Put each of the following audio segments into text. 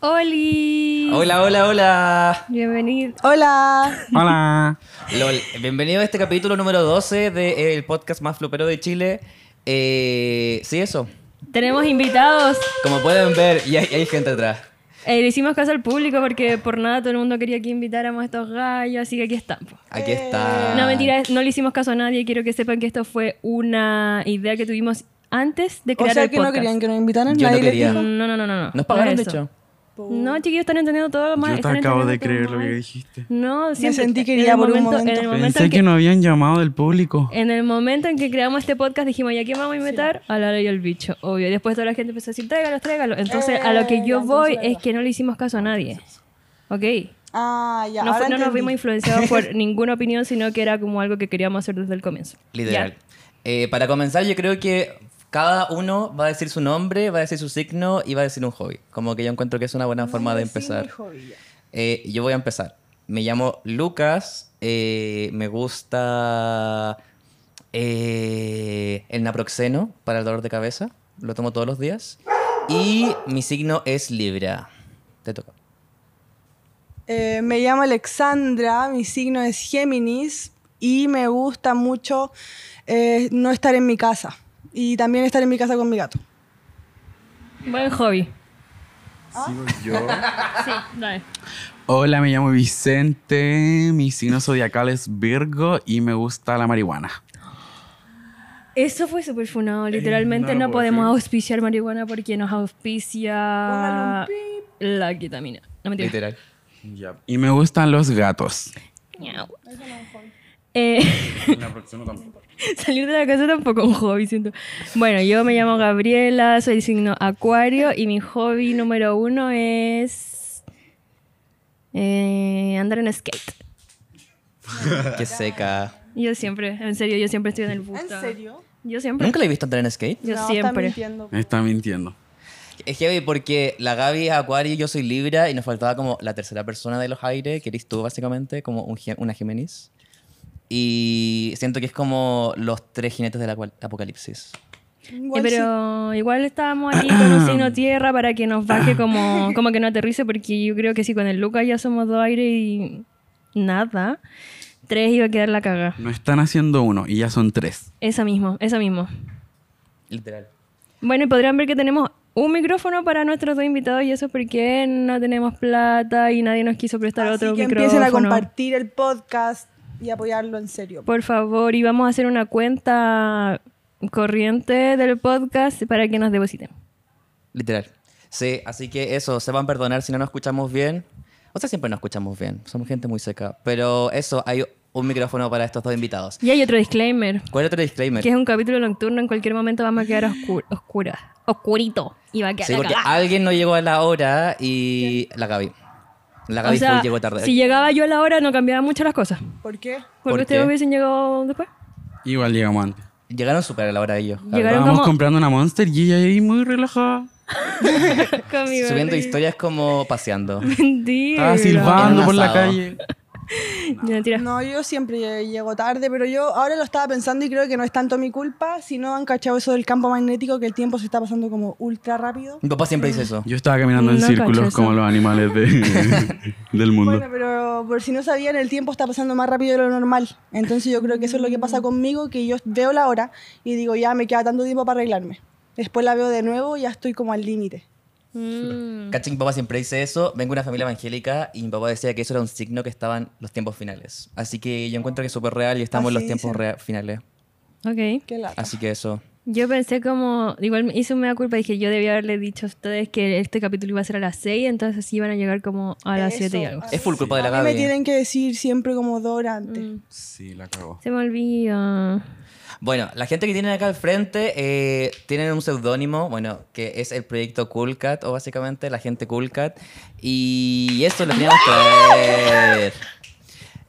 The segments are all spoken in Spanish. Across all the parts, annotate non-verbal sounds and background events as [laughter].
Oli. Hola, hola, hola. Bienvenido. Hola. Hola. Lol, bienvenido a este capítulo número 12 del podcast más flopero de Chile. Eh, sí, eso. Tenemos invitados. Como pueden ver, y hay, hay gente atrás. Eh, le hicimos caso al público porque por nada todo el mundo quería que invitáramos a estos gallos, así que aquí están. po. Aquí está. Eh, No, mentira, no le hicimos caso a nadie. Quiero que sepan que esto fue una idea que tuvimos antes de O crear sea el que no podcast. querían que nos invitaran. Yo no nadie les quería. dijo. No, no, no, no, no. Nos pagaron, No de es eso. hecho. No, chiquillos, están entendiendo todo mal. Yo te están acabo de entendiendo creer todo lo que mal. dijiste. No, siempre. sentí en el querida por un momento. En el Eh, momento Pensé en que no habían llamado del público. En el momento en que creamos este podcast dijimos, ¿y a quién vamos a invitar? A Lara y al bicho, obvio. Y después toda la gente empezó a decir, tráigalo, tráigalo. Entonces, a lo que yo Eh, voy es que no le hicimos caso a nadie. ¿Ok? Ah, ya. No, ahora fu- no nos entendí. vimos influenciados [laughs] por ninguna opinión, sino que era como algo que queríamos hacer desde el comienzo. Literal. Ya. Eh, para comenzar, yo creo que cada uno va a decir su nombre, va a decir su signo y va a decir un hobby. Como que yo encuentro que es una buena forma de empezar. Eh, yo voy a empezar. Me llamo Lucas. eh, me gusta eh, el naproxeno para el dolor de cabeza. Lo tomo todos los días. Y mi signo es Libra. Te toca. Eh, me llamo Alexandra, mi signo es Géminis y me gusta mucho eh, no estar en mi casa y también estar en mi casa con mi gato. Buen hobby. ¿ah? Sigo [laughs] yo. Sí, dale. Hola, me llamo Vicente. Mi signo zodiacal es Virgo y me gusta la marihuana. Eso fue súper funado. Literalmente no no, lo puedo eh. podemos creer. auspiciar marihuana porque nos auspicia la ketamina. No mentira. Literal. Y me gustan los gatos. Miau. Eh, [laughs] Salir de la casa tampoco es un hobby, siento. Bueno, yo me llamo Gabriela, soy signo Acuario y mi hobby número uno es eh, andar en skate. Qué seca. Yo siempre, en serio, yo siempre estoy en el bus. ¿En serio? Yo siempre. ¿Nunca la he visto entrar en skate? Yo No, está siempre. mintiendo. Eh. Me está mintiendo. Es heavy porque la Gaby es Acuario y yo soy Libra y nos faltaba como la tercera persona de los aires, que eres tú básicamente, como un gem- una Géminis. Y siento que es como los tres jinetes del acua- apocalipsis. Eh, Igual pero igual estábamos aquí con un signo tierra para que nos baje como, como que no aterrice, porque yo creo que si con el Lucas ya somos dos aire y nada, tres iba a quedar la caga. No están haciendo uno y ya son tres. Esa mismo, esa mismo. Literal. Bueno, y podrían ver que tenemos un micrófono para nuestros dos invitados y eso es porque no tenemos plata y nadie nos quiso sí. prestar Así otro que micrófono. empiecen a compartir el podcast y apoyarlo en serio. Por favor, y vamos a hacer una cuenta corriente del podcast para que nos depositen. Literal. Sí, así que eso, se van a perdonar si no nos escuchamos bien. O sea, siempre nos escuchamos bien. Somos gente muy seca. Pero eso, hay un micrófono para estos dos invitados. Y hay otro disclaimer, ¿Cuál es otro disclaimer? que es un capítulo nocturno, en cualquier momento vamos a quedar oscur oscuras, oscurito, y va a quedar Sí, la porque ah, cagada. alguien no llegó a la hora y la Gaby. La Gaby O sea, full llegó tarde. si llegaba yo a la hora no cambiaban mucho las cosas, ¿Por qué? porque ¿Por ustedes qué? hubiesen llegado después. Igual llegamos antes. Llegaron súper a la hora ellos. Gaby. Llegaron Estábamos como- comprando una Monster y ella ahí muy relajada. Conmigo, Subiendo sí. historias como [laughs] paseando. Mentira. Estaba silbando En por un la asado. calle. Ya, [laughs] tira. No, yo siempre lle- llego tarde, pero yo ahora lo estaba pensando y creo que no es tanto mi culpa, si no han cachado eso del campo magnético, que el tiempo se está pasando como ultra rápido. Mi papá siempre dice eso. Yo estaba caminando en No cacho círculos eso. como los animales [laughs] de- del mundo. Bueno, pero por si no sabían, el tiempo está pasando más rápido de lo normal. Entonces yo creo que eso es lo que Mm. pasa conmigo, que yo veo la hora y digo, ya me queda tanto tiempo para arreglarme. Después la veo de nuevo y ya estoy como al límite. Mm. Cacha que mi papá siempre dice eso. Vengo de una familia evangélica y mi papá decía que eso era un signo que estaban los tiempos finales. Así que yo encuentro que es súper real y Ah, estamos en los Así tiempos rea- finales. Ok. Qué lata. Así que eso. Yo pensé como, igual me hice una culpa, dije yo debía haberle dicho a ustedes que este capítulo iba a ser a las 6, entonces sí iban a llegar como a las Eso, 7 y algo. así. Es full culpa de la A mí me Gaby. ¿eh? tienen que decir siempre como dos horas antes. Mm. Sí, la cagó. Se me olvida. Bueno, la gente que tienen acá al frente eh, tienen un seudónimo, bueno, que es el proyecto Cool Cat, o básicamente la gente Cool Cat. Y eso lo teníamos que ver.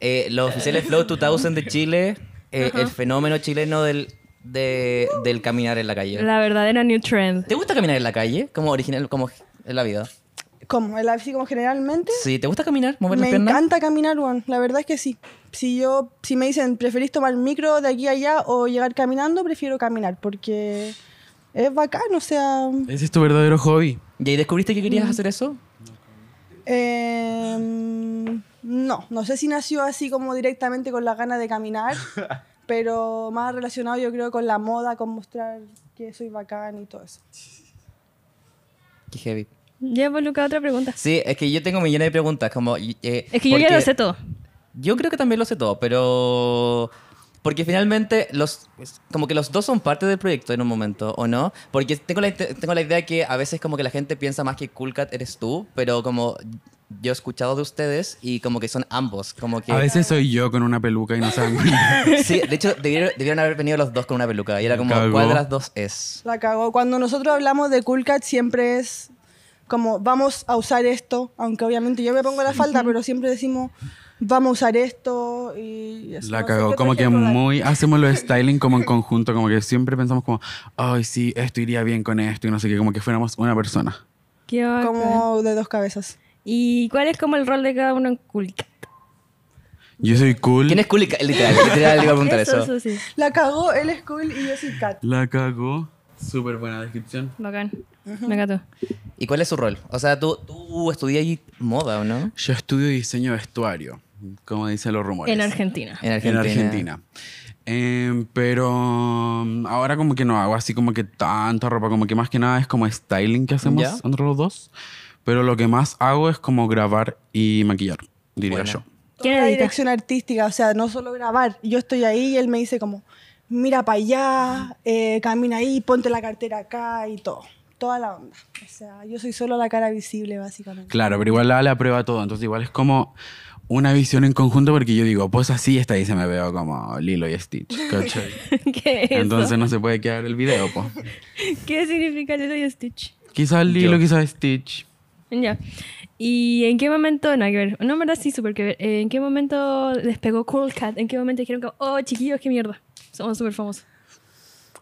Eh, los oficiales Flow 2000 de Chile, eh, el fenómeno chileno del, de- del caminar en la calle. La verdadera new trend. ¿Te gusta caminar en la calle? Como original, como en la vida. ¿Cómo? ¿El- Así como generalmente. Sí, ¿te gusta caminar? ¿Mover Me las piernas? encanta caminar, weón. La verdad es que sí. Si yo, si me dicen, ¿preferís tomar micro de aquí a allá o llegar caminando? Prefiero caminar porque es bacán, o sea... Ese es tu verdadero hobby. Mm. ¿Y ahí descubriste que querías hacer eso? Eh, no, no sé si nació así como directamente con la gana de caminar, pero más relacionado yo creo con la moda, con mostrar que soy bacán y todo eso. Qué heavy. Ya, pues, Luca, otra pregunta. Sí, es que yo tengo millones de preguntas. Como, eh, Es que yo ya porque- lo sé todo. Yo creo que también lo sé todo, pero... Porque finalmente los... Como que los dos son parte del proyecto en un momento, ¿o no? Porque tengo la, inte- tengo la idea que a veces como que la gente piensa más que Coolcat eres tú, pero como yo he escuchado de ustedes y como que son ambos. Como que... A veces soy yo con una peluca y no saben. [laughs] Sí, de hecho debieron, debieron haber venido los dos con una peluca y era como, Cagó. ¿cuál de las dos es? La cagó. Cuando nosotros hablamos de Cool Cat siempre es como vamos a usar esto, aunque obviamente yo me pongo la falda, pero siempre decimos vamos a usar esto y eso. La No sé qué cagó. otro Como que ejemplo dar. [laughs] muy. Hacemos los styling como en conjunto. Como que siempre pensamos como, ay, sí, esto iría bien con esto y no sé qué. Como que fuéramos una persona. Qué bacán. como de dos cabezas. ¿Y cuál es como el rol de cada uno en Coolcat? Yo soy cool. ¿Quién es Coolcat? Literal, literal, le iba a preguntar eso. eso sí. La cagó, él es cool y yo soy Cat. La cagó. Súper buena descripción. Bacán. Me encantó. ¿Y cuál es su rol? O sea, tú, tú estudias ahí moda, ¿o no? Yo estudio diseño de vestuario, como dicen los rumores. En Argentina. En En Argentina. Em, pero mm, ahora como que no hago así como que tanta ropa, como que más que nada es como styling que hacemos Ya. entre los dos. Pero lo que más hago es como grabar y maquillar, diría Buena. yo. ¿Quién Toda la edita? dirección artística, o sea, no solo grabar. Yo estoy ahí y él me dice como, mira para allá, eh, camina ahí, ponte la cartera acá y todo. Toda la onda. O sea, yo soy solo la cara visible, básicamente. Claro, pero igual la la prueba todo, entonces igual es como una visión en conjunto porque yo digo, pues así esta y se me veo como Lilo y Stitch, ¿cachai? [laughs] ¿Qué es eso? entonces no se puede quedar el video, pues. ¿Qué significa Lilo y Stitch? Quizás Lilo, quizás Stitch. Ya. ¿Y en qué momento, no, hay que ver, no, en verdad sí, súper que ver, Eh, ¿en qué momento despegó Cool Cat? ¿En qué momento dijeron que, oh, chiquillos, qué mierda? Somos súper famosos.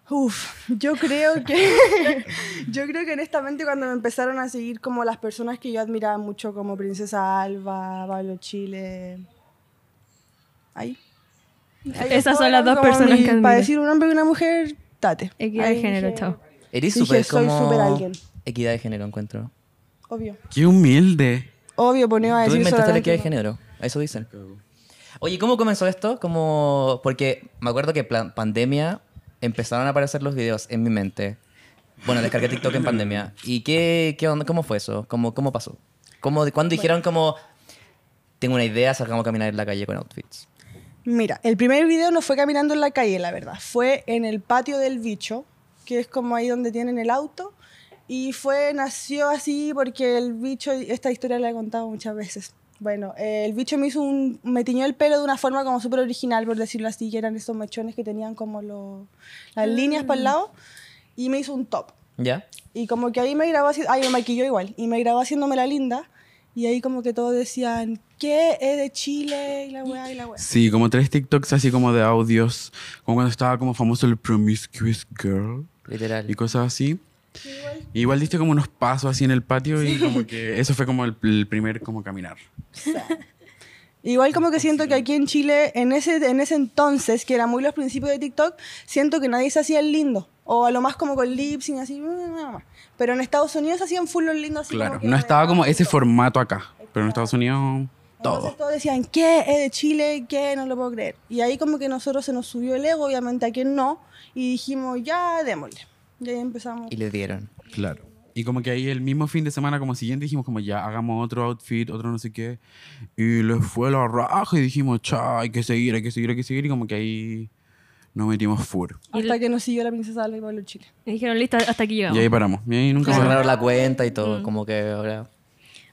Uf, yo creo que. [laughs] yo creo que honestamente cuando me empezaron a seguir como las personas que yo admiraba mucho, como Princesa Alba, Pablo Chile. Ahí. Ahí Esas son las fueron dos como personas mi- que admiro. Para decir un hombre y una mujer, date. Equidad Ahí de género, dije, chao. Eres Dije, súper soy como... súper alguien. Equidad de género, encuentro. Obvio. Qué humilde. Obvio, ponía a Tú decir inventaste la solamente equidad de uno. género. Eso dicen. Oye, ¿cómo comenzó esto? Como... Porque me acuerdo que plan- pandemia empezaron a aparecer los videos en mi mente. Bueno, descargué TikTok en pandemia. ¿Y qué, qué onda? ¿Cómo fue eso? ¿Cómo, cómo pasó? ¿Cómo, ¿Cuándo dijeron como... Tengo una idea, salgamos a caminar en la calle con outfits? Mira, el primer video no fue caminando en la calle, la verdad. Fue en el patio del bicho, que es como ahí donde tienen el auto. Y fue, nació así porque el bicho, esta historia la he contado muchas veces. Bueno, eh, el bicho me hizo un, me tiñó el pelo de una forma como súper original, por decirlo así, que eran esos mechones que tenían como lo- las líneas para el lado. Y me hizo un top. ¿Ya? Y como que ahí me grabó, haci- ay, me maquilló igual, y me grabó haciéndome la linda. Y ahí como que todos decían, ¿qué? Es de Chile, y la weá, y la weá. Sí, como tres TikToks así como de audios, como cuando estaba como famoso el Promiscuous Girl Literal. y cosas así. Igual diste como unos pasos así en el patio y como que eso fue como el, el primer como caminar. Igual como que siento que aquí en Chile, en ese, en ese entonces, que era muy los principios de TikTok, siento que nadie se hacía el lindo. O a lo más como con lip sync, así. mm, Pero en Estados Unidos hacían full los lindos así. Claro, como que no estaba como ese redonditos. formato acá, pero en Estados Unidos Entonces todo. todos decían, ¿qué? ¿Es de Chile? ¿Qué? No lo puedo creer. Y ahí como que nosotros se nos subió el ego, obviamente, a quien no. Y dijimos, ya, démosle. Y ahí empezamos. Y le dieron. Claro. Y como que ahí el mismo fin de semana como siguiente dijimos como ya hagamos otro outfit, otro no sé qué. Y les fue la raja y dijimos, cha, hay que seguir, hay que seguir, hay que seguir. Y como que ahí nos metimos full. Hasta que nos siguió la princesa Alba y Pablo Chile. Y dijeron, listo, hasta aquí Y llegamos. ahí paramos. Y ahí nunca Y más. cerraron la cuenta y todo. Como que ahora...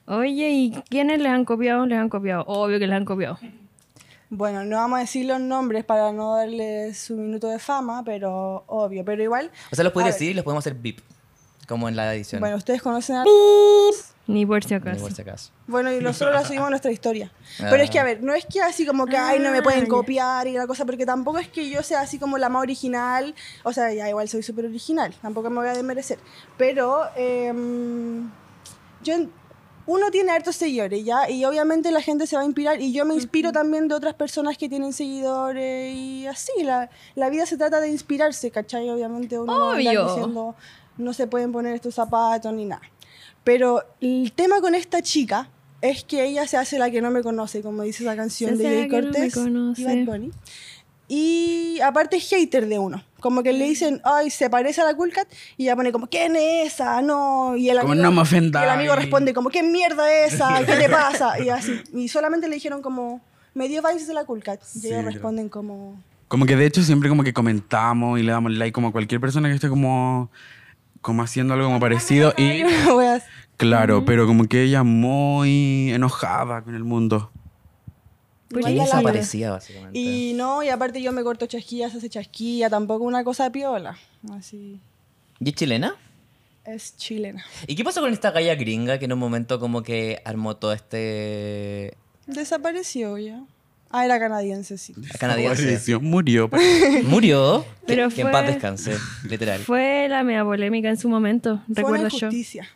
Oye, ¿y quiénes les han copiado? Les han copiado. Obvio que les han copiado. Bueno, no vamos a decir los nombres para no darles su minuto de fama, pero obvio. Pero igual, O sea, los A puedes ver. decir y los podemos hacer VIP. Como en la edición. bueno, ustedes conocen a... Ni por si acaso. por si acaso. Bueno, y nosotros la subimos a nuestra historia. Pero es que, a ver, no es que así como que, ay, no me pueden copiar y la cosa, porque tampoco es que yo sea así como la más original. O sea, ya igual soy súper original, tampoco me voy a desmerecer. Pero em, yo, en- uno tiene hartos seguidores, ¿ya? Y obviamente la gente se va a inspirar y yo me inspiro también de otras personas que tienen seguidores y así. La, la vida se trata de inspirarse, ¿cachai? Obviamente uno no va a andar Obvio. diciendo, no se pueden poner estos zapatos ni nada. Pero el tema con esta chica es que ella se hace la que no me conoce, como dice esa canción Se de hace la Jay que no me Cortés conoce. y Bad Bunny. Y aparte es hater de uno. Como Mm. que le dicen, ay, se parece a la Cool Cat. Y ella pone como, ¿quién es esa? No. Y el Como, amigo, "No me ofendas". y el amigo responde como, ¿qué mierda es esa? [laughs] ¿Qué te pasa? Y así. Y solamente le dijeron como, me dio vibes de la Cool Cat. Y Sí, ellos yo- responden como... Como que de hecho siempre como que comentamos y le damos like como a cualquier persona que esté como, como haciendo algo como parecido [laughs] y... Weas. Claro, pero como que ella muy enojada con el mundo. ¿Por Igual qué? ya la- desaparecida, básicamente. Y no, y aparte yo me corto chasquillas, hace chasquilla, tampoco una cosa piola. Así. ¿Y es chilena? Es chilena. ¿Y qué pasó con esta galla gringa que en un momento como que armó todo este Desapareció ya. Ah, era canadiense, sí. canadiense? [laughs] Desapareció, Murió. Murió. Pero que, que en paz fue- [laughs] descanse, literal. Fue la media polémica en su momento, Fue una recuerdo yo. injusticia.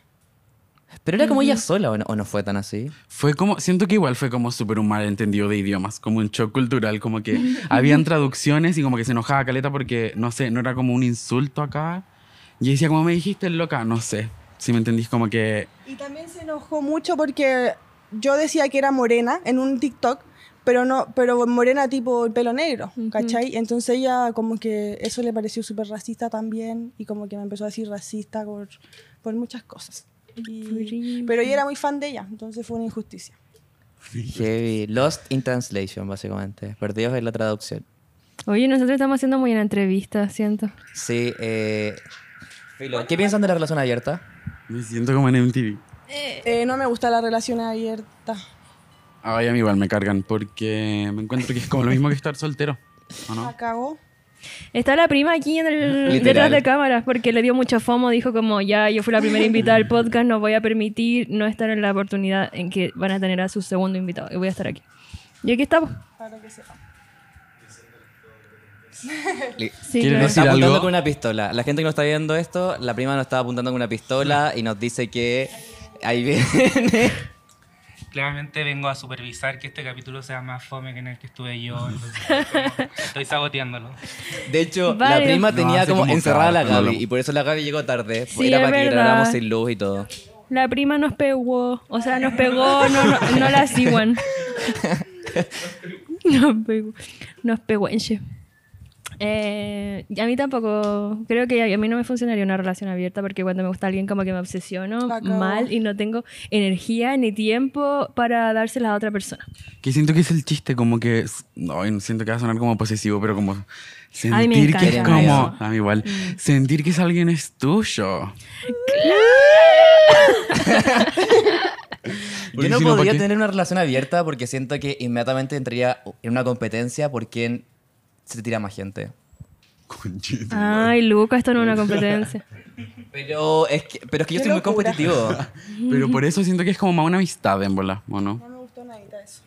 Pero era como ella sola, ¿o no, o no fue tan así? Fue como, siento que igual fue como súper un malentendido de idiomas, como un shock cultural, como que habían traducciones y como que se enojaba Caleta porque, no sé, no era como un insulto acá. Y decía, como me dijiste, loca, no sé, si me entendís, como que... Y también se enojó mucho porque yo decía que era morena en un TikTok, pero no, pero morena tipo el pelo negro, ¿cachai? Entonces ella como que eso le pareció súper racista también y como que me empezó a decir racista por, por muchas cosas. Y- Purísima. pero yo era muy fan de ella, entonces fue una injusticia. Heavy. Lost in translation, básicamente. Perdidos en la traducción. Oye, nosotros estamos haciendo muy una entrevista, siento. Sí, eh... Filo, ¿qué piensan de la relación abierta? Me siento como en MTV. Eh, no me gusta la relación abierta. Ay, a mí igual me cargan porque me encuentro que es como lo mismo que estar soltero, ¿o no? La cagó. Está la prima aquí en el- Literal. detrás de cámaras porque le dio mucho fomo, dijo como ya yo fui la primera invitada al podcast, no voy a permitir no estar en la oportunidad en que van a tener a su segundo invitado y voy a estar aquí. Y aquí estamos. Para que sepa. Sí, ¿Quieren claro. decir- Está apuntando algo? con una pistola. La gente que no está viendo esto, la prima nos está apuntando con una pistola y nos dice que ahí [laughs] viene. Claramente vengo a supervisar que este capítulo sea más fome que en el que estuve yo. entonces, como, estoy saboteándolo. De hecho, la Varios. prima No, tenía hace como como encerrada a la cara, no Gaby lo- y por eso la Gaby llegó tarde. Sí, Era es para que verdad. grabáramos sin luz y todo. La prima nos pegó, o sea, nos pegó, no, no, no la [laughs] sigan. Nos pegó, nos pegó, enche. Eh, a mí tampoco, creo que a mí no me funcionaría una relación abierta porque cuando me gusta alguien como que me obsesiono La cagó. mal y no tengo energía ni tiempo para dársela a otra [laughs] persona. Que siento que es el chiste, como que... es- No, y siento que va a sonar como posesivo, pero como... Sentir Ay, me que es encanta como... eso. Mm. A mí igual. Sentir que es alguien es [laughs] tuyo. Yo no si no, ¿pa' podría qué? tener una relación abierta porque siento que inmediatamente entraría en una competencia por quién se tira más gente. Conchita. Ay, Luca, esto no es una [laughs] competencia. Pero es que, pero es que yo Qué soy muy locura. [laughs] competitivo. Pero por eso siento que es como más una amistad en bola, ¿o no? No me gustó nadita eso.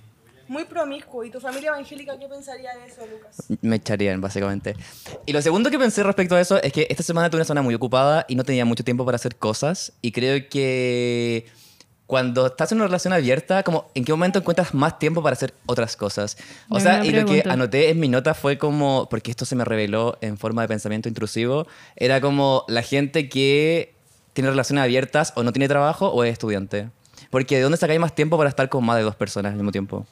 Muy promiscuo. ¿Y tu familia evangélica qué pensaría de eso, Lucas? Me echarían, básicamente. Y lo segundo que pensé respecto a eso es que esta semana tuve una semana muy ocupada y no tenía mucho tiempo para hacer cosas. Y creo que cuando estás en una relación abierta, como en qué momento encuentras más tiempo para hacer otras cosas. O Buena sea, y lo que pregunta. anoté en mi nota fue como, porque esto se me reveló en forma de pensamiento intrusivo, era como la gente que tiene relaciones abiertas o no tiene trabajo o es estudiante. Porque ¿de dónde sacáis más tiempo para estar con más de dos personas al mismo tiempo?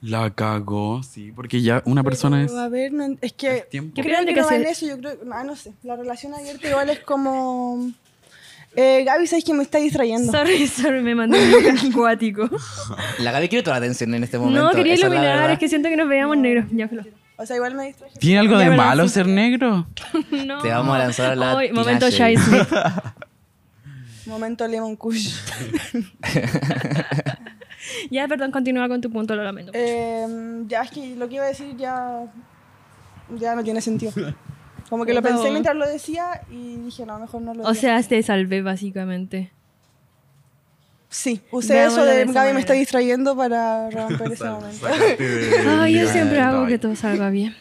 La cagó, sí, porque ya una persona es... Pero, A ver, no en- es que. Tiempo. ¿Qué Yo creo opinan de que que no va se- en eso. Yo creo. Ah, no sé. La relación abierta igual es como. Eh, Gaby, sabes que me está distrayendo. Sorry, sorry, me mandó un Luca [laughs] acuático. La Gaby quiere toda la atención en este momento. No, quería esa es la iluminar, verdad. es que siento que nos veíamos negros. [laughs] Ya, filo. O sea, igual me distraje. ¿Tiene algo Ya, de ¿verdad? malo Sí. ser negro? No. Te vamos a lanzar a la Ay, momento Shai Tinashe. Smith. Momento Lemon [laughs] Kush. [laughs] Ya, perdón, continúa con tu punto, lo lamento. Eh, ya es que lo que iba a decir ya. Ya no tiene sentido. Como que lo pensé mientras lo decía y dije, no, mejor no lo o diga. sea, te salvé básicamente. sí, usé veámoslo eso de, de esa Gaby me está manera. distrayendo para [laughs] romper ese momento. Eh, Ay, yo siempre hago que todo salga [laughs] bien.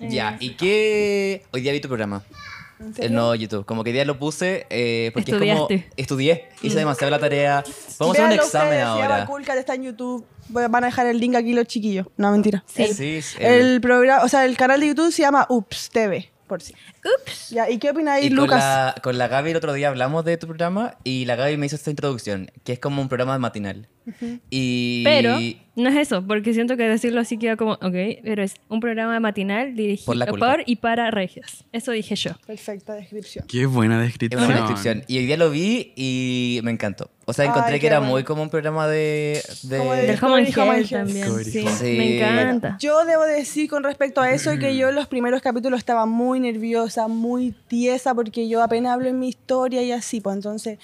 Ya, ¿y qué? Hoy día vi tu programa. Eh, ¿En serio? El nuevo YouTube. Como que hoy día lo puse eh, porque es Estudiaste. como. Estudié, hice demasiado la tarea. Vamos a hacer un Véanlo examen Mm. ustedes, se llama ahora. Cool Cat, está en YouTube. Voy- Van a dejar el link aquí los chiquillos. No, mentira. Sí, El, sí, es el el- programa, o sea, el canal de YouTube se llama Ups TV, por si. Ups. Ya, ¿y qué opina ahí Y con Lucas? la, con la Gaby el otro día hablamos de tu programa y la Gaby me hizo esta introducción, que es como un programa matinal. y... Pero no es eso, porque siento que decirlo así queda como, ok, pero es un programa matinal dirigido Por la por, culpa. y para regias. Eso dije yo. Perfecta descripción. Qué buena Es descripción. Ah. una buena descripción. Y hoy día lo vi y me encantó. O sea, encontré Ay, que qué era bueno. muy como un programa de... de- Como de- Del Home and Home and Health Health. también. Sí, Sí, me bueno. encanta. Yo debo decir con respecto a eso que yo en los primeros capítulos estaba muy nerviosa, muy tiesa, porque yo apenas hablo en mi historia y así, pues entonces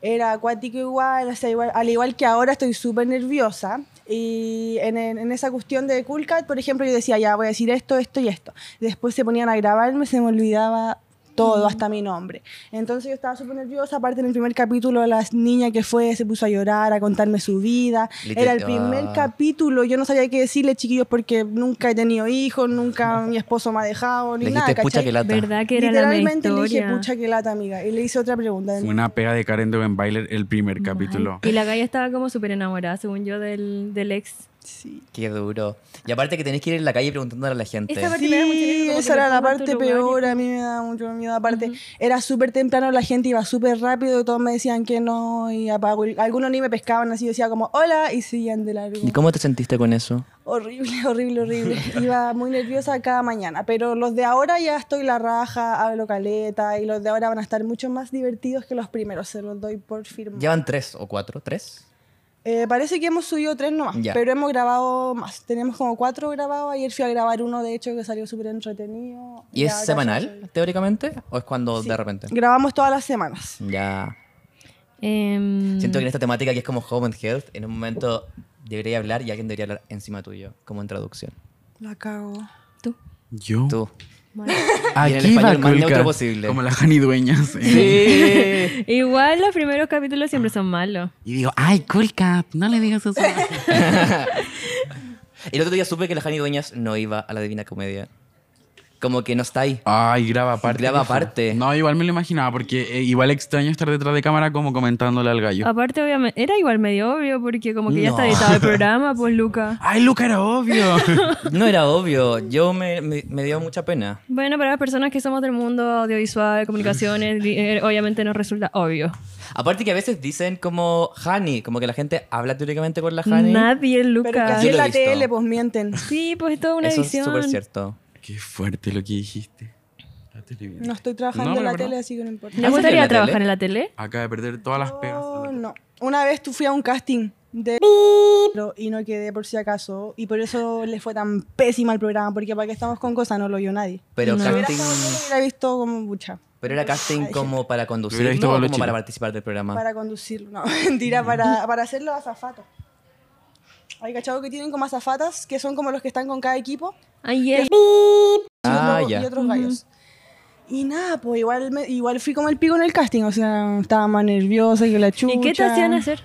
era acuático igual, o sea, igual- al igual que ahora estoy súper nerviosa. Y en, en- en esa cuestión de Cool Cat, por ejemplo, yo decía, ya voy a decir esto, esto y esto. Después se ponían a grabarme, se me olvidaba todo, hasta mi nombre. Entonces yo estaba súper nerviosa, aparte en el primer capítulo la niña que fue se puso a llorar, a contarme su vida. Literal- Era el primer Ah. capítulo capítulo, yo no sabía qué decirle, chiquillos, porque nunca he tenido [laughs] hijos, nunca mi esposo me ha dejado, ni Le nada, dijiste, pucha ¿cachai? que lata. ¿Verdad que era la media Literalmente le dije, historia? pucha, que lata, amiga. Y le hice otra pregunta. de Fue nuevo. una pega de Karen de Bailer el primer capítulo. Y la galla estaba como súper enamorada, según yo, del, del ex. Sí. Qué duro. Y aparte que tenés que ir en la calle preguntándole a la gente. Esa parte- Sí, me da mucho miedo, como que esa me era la pongo en tu parte lugar y peor, a mí me da mucho miedo. Aparte, era súper temprano, la gente iba súper rápido, todos me decían que no, y apago. Y Algunos ni me pescaban, así yo decía como, hola, y seguían de largo. ¿Y cómo te sentiste con eso? Horrible, [laughs] [laughs] horrible, horrible. Iba muy nerviosa cada mañana, pero los de ahora ya estoy la raja, hablo caleta y los de ahora van a estar mucho más divertidos que los primeros, se los doy por firma. Llevan tres o cuatro, tres. Eh, parece que hemos subido tres nomás, Ya. pero hemos grabado más. Tenemos como cuatro grabados, ayer fui a grabar uno, de hecho, que salió súper entretenido. ¿Y Ya, es ahora ya semanal, subí. teóricamente? ¿O es cuando de repente? Grabamos todas las semanas. Ya. Em, Siento que en esta temática que es como Home and Health, en un momento debería hablar y alguien debería hablar encima tuyo, como en traducción. La cago. tú. [laughs] Yo. Tú. Bueno. Y en el español más neutro Kulka, posible. Como la Jani Dueñas. ¿eh? Sí. [laughs] Igual los primeros capítulos siempre son malos. Y digo, ay, Kulka, no le digas eso. El otro día supe que la Jani Dueñas no iba a la Divina Comedia. Como que no está ahí. Ay, graba aparte. Graba por favor. aparte. No, igual me lo imaginaba, porque eh, igual extraño estar detrás de cámara como comentándole al Ah. gallo. Aparte, obviamente, era igual medio obvio porque como que ya está No. editado el programa, pues Luca. Ay, Luca, [laughs] era obvio. No era obvio. Yo me, me- me dio mucha pena. Bueno, para las personas que somos del mundo audiovisual, comunicaciones, di- eh, obviamente nos resulta obvio. Aparte que a veces dicen como Hani, como que la gente habla teóricamente con la Hani. Nadie, Pero que Luca. así Yo lo he es la visto. tele, pues mienten. Sí, pues es toda una Eso es edición. súper cierto. Qué fuerte lo que dijiste. La televisión. No estoy trabajando No, en la pero no. tele, así que no importa. ¿Le ¿Has salido en gustaría la trabajar tele? en la tele? Acaba de perder todas las pegas. No, no. Una vez tú fui a un casting de pero- y no quedé por si acaso y por eso le fue tan pésima al programa porque para qué estamos con cosas no lo vio nadie. Pero No. casting... Yo lo hubiera visto como mucha Pero era casting como para conducir Hubiera visto o Pablo como para Chile. participar del programa. para conducirlo, no, [laughs] Mm. mentira, para, para hacerlo azafato. Hay cachado que tienen como azafatas que son como los que están con cada equipo Ay, ay. y Ah, otro- ya. y [laughs] otros gallos. Y nada, pues igual, me- igual fui como el pico en el casting, o sea, estaba más nerviosa que la chucha. ¿Y qué te hacían hacer?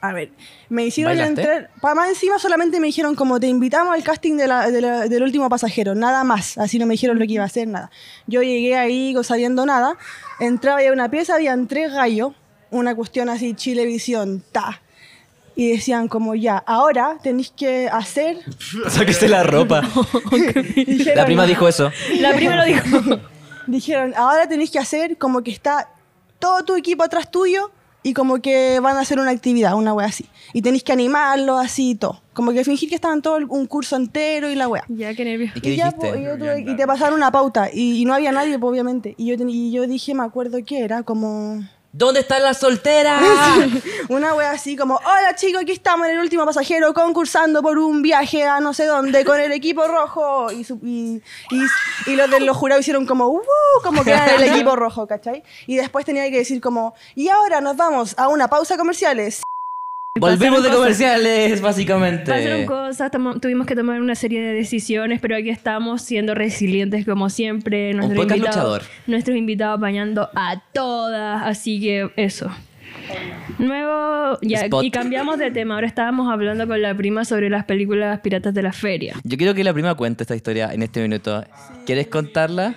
A ver, me hicieron ¿Bailaste? entrar. Para más encima solamente me dijeron como te invitamos al casting de la- de la- del último pasajero, nada más. Así no me dijeron lo que iba a hacer, nada. Yo llegué ahí no sabiendo nada, entraba ya a una pieza, habían tres gallos, una cuestión así, Chilevisión, ta. Y decían como ya, ahora tenéis que hacer. Sáquese la [laughs] ropa. Dijeron, la prima dijo eso. La primera lo dijo. [laughs] Dijeron, ahora tenéis que hacer como que está todo tu equipo atrás tuyo y como que van a hacer una actividad, una wea así. Y tenéis que animarlo así y todo. Como que fingir que estaban todo el- un curso entero y la wea. Ya, qué nervios. ¿Y qué ya, dijiste? po, y, yo tuve- y te pasaron una pauta y, y no había nadie, po, obviamente. Y yo, ten- y yo dije, me acuerdo que era como... ¿Dónde está la [laughs] soltera? Una wea así como, hola chicos, aquí estamos en el último pasajero concursando por un viaje a no sé dónde con el equipo rojo. Y, su- y, y- y los de los jurados hicieron como, "Uh", como que eran el equipo rojo, ¿cachai? Y después tenía que decir como, y ahora nos vamos a una pausa comerciales. Volvemos de Pasaron comerciales, básicamente. Pasaron cosas, tomo- tuvimos que tomar una serie de decisiones, pero aquí estamos siendo resilientes como siempre. Nuestro podcast invitado, luchador. Nuestros invitados apañando a todas, así que eso. Nuevo, ya, Spot. y cambiamos de tema. Ahora estábamos hablando con la prima sobre las películas piratas de la feria. Yo quiero que la prima cuente esta historia en este minuto. ¿Quieres contarla?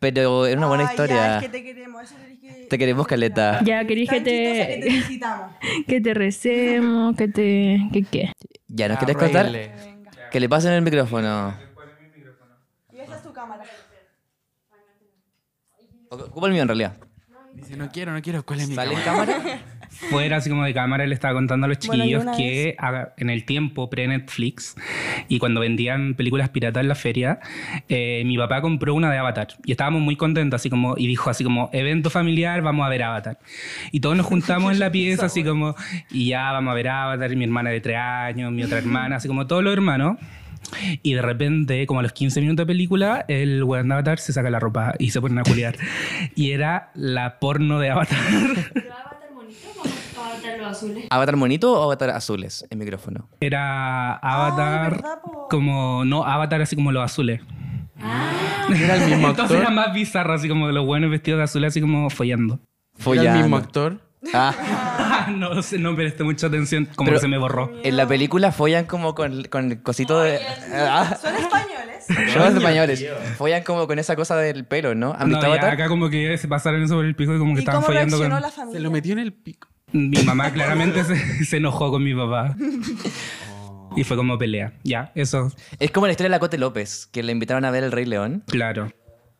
Pero es una buena Ay, ya, historia. es que te queremos, eso tenés que- Te queremos caleta. Ya querés que Tan chistosa que te te, felicitamos. [laughs] que te recemos, que te. que qué. ¿Ya nos quieres contar? Que le pasen el micrófono. Y esa es tu cámara. Ocupa el mío en realidad. Dice, no quiero, no quiero. ¿Cuál es mi ¿Sale en cámara? cámara? fuera así como de cámara le estaba contando a los Bueno, chiquillos alguna que haga- en el tiempo pre-Netflix y cuando vendían películas piratas en la feria, eh, mi papá compró una de Avatar y estábamos muy contentos así como, y dijo así como, evento familiar, vamos a ver Avatar. Y todos nos juntamos en la pieza así como, y ya vamos a ver Avatar, y mi hermana de tres años, mi otra hermana, así como todos los hermanos. Y de repente, como a los 15 minutos de película, el weón de Avatar se saca la ropa y se ponen a culiar. Y era la porno de Avatar. ¿Pero Avatar bonito o Avatar los azules? ¿Avatar monito o avatar azules? El micrófono. Era Ay, Avatar ¿verdad, po? como no Avatar así como los azules. Era [laughs] el mismo Entonces era actor. más bizarro así como los buenos vestidos de azul así como follando. [laughs] Era el mismo Follando. actor. Ah, no sé, no presté mucha atención, como Pero- que se me borró. en la película follan como con, con el cosito de. Ah, [laughs] Son españoles. son los españoles. Follan como con esa cosa del pelo, ¿no? ¿Han No, visto ya, Avatar? acá como que se pasaron eso por el pico y como ¿Y que estaban cómo follando reaccionó con... la Se lo familia? metió en el pico. Mi mamá [laughs] claramente se, se enojó con mi papá. Y fue como pelea. Ya, eso, Es como la historia de la Cote López, que le invitaron a ver El Rey León. claro.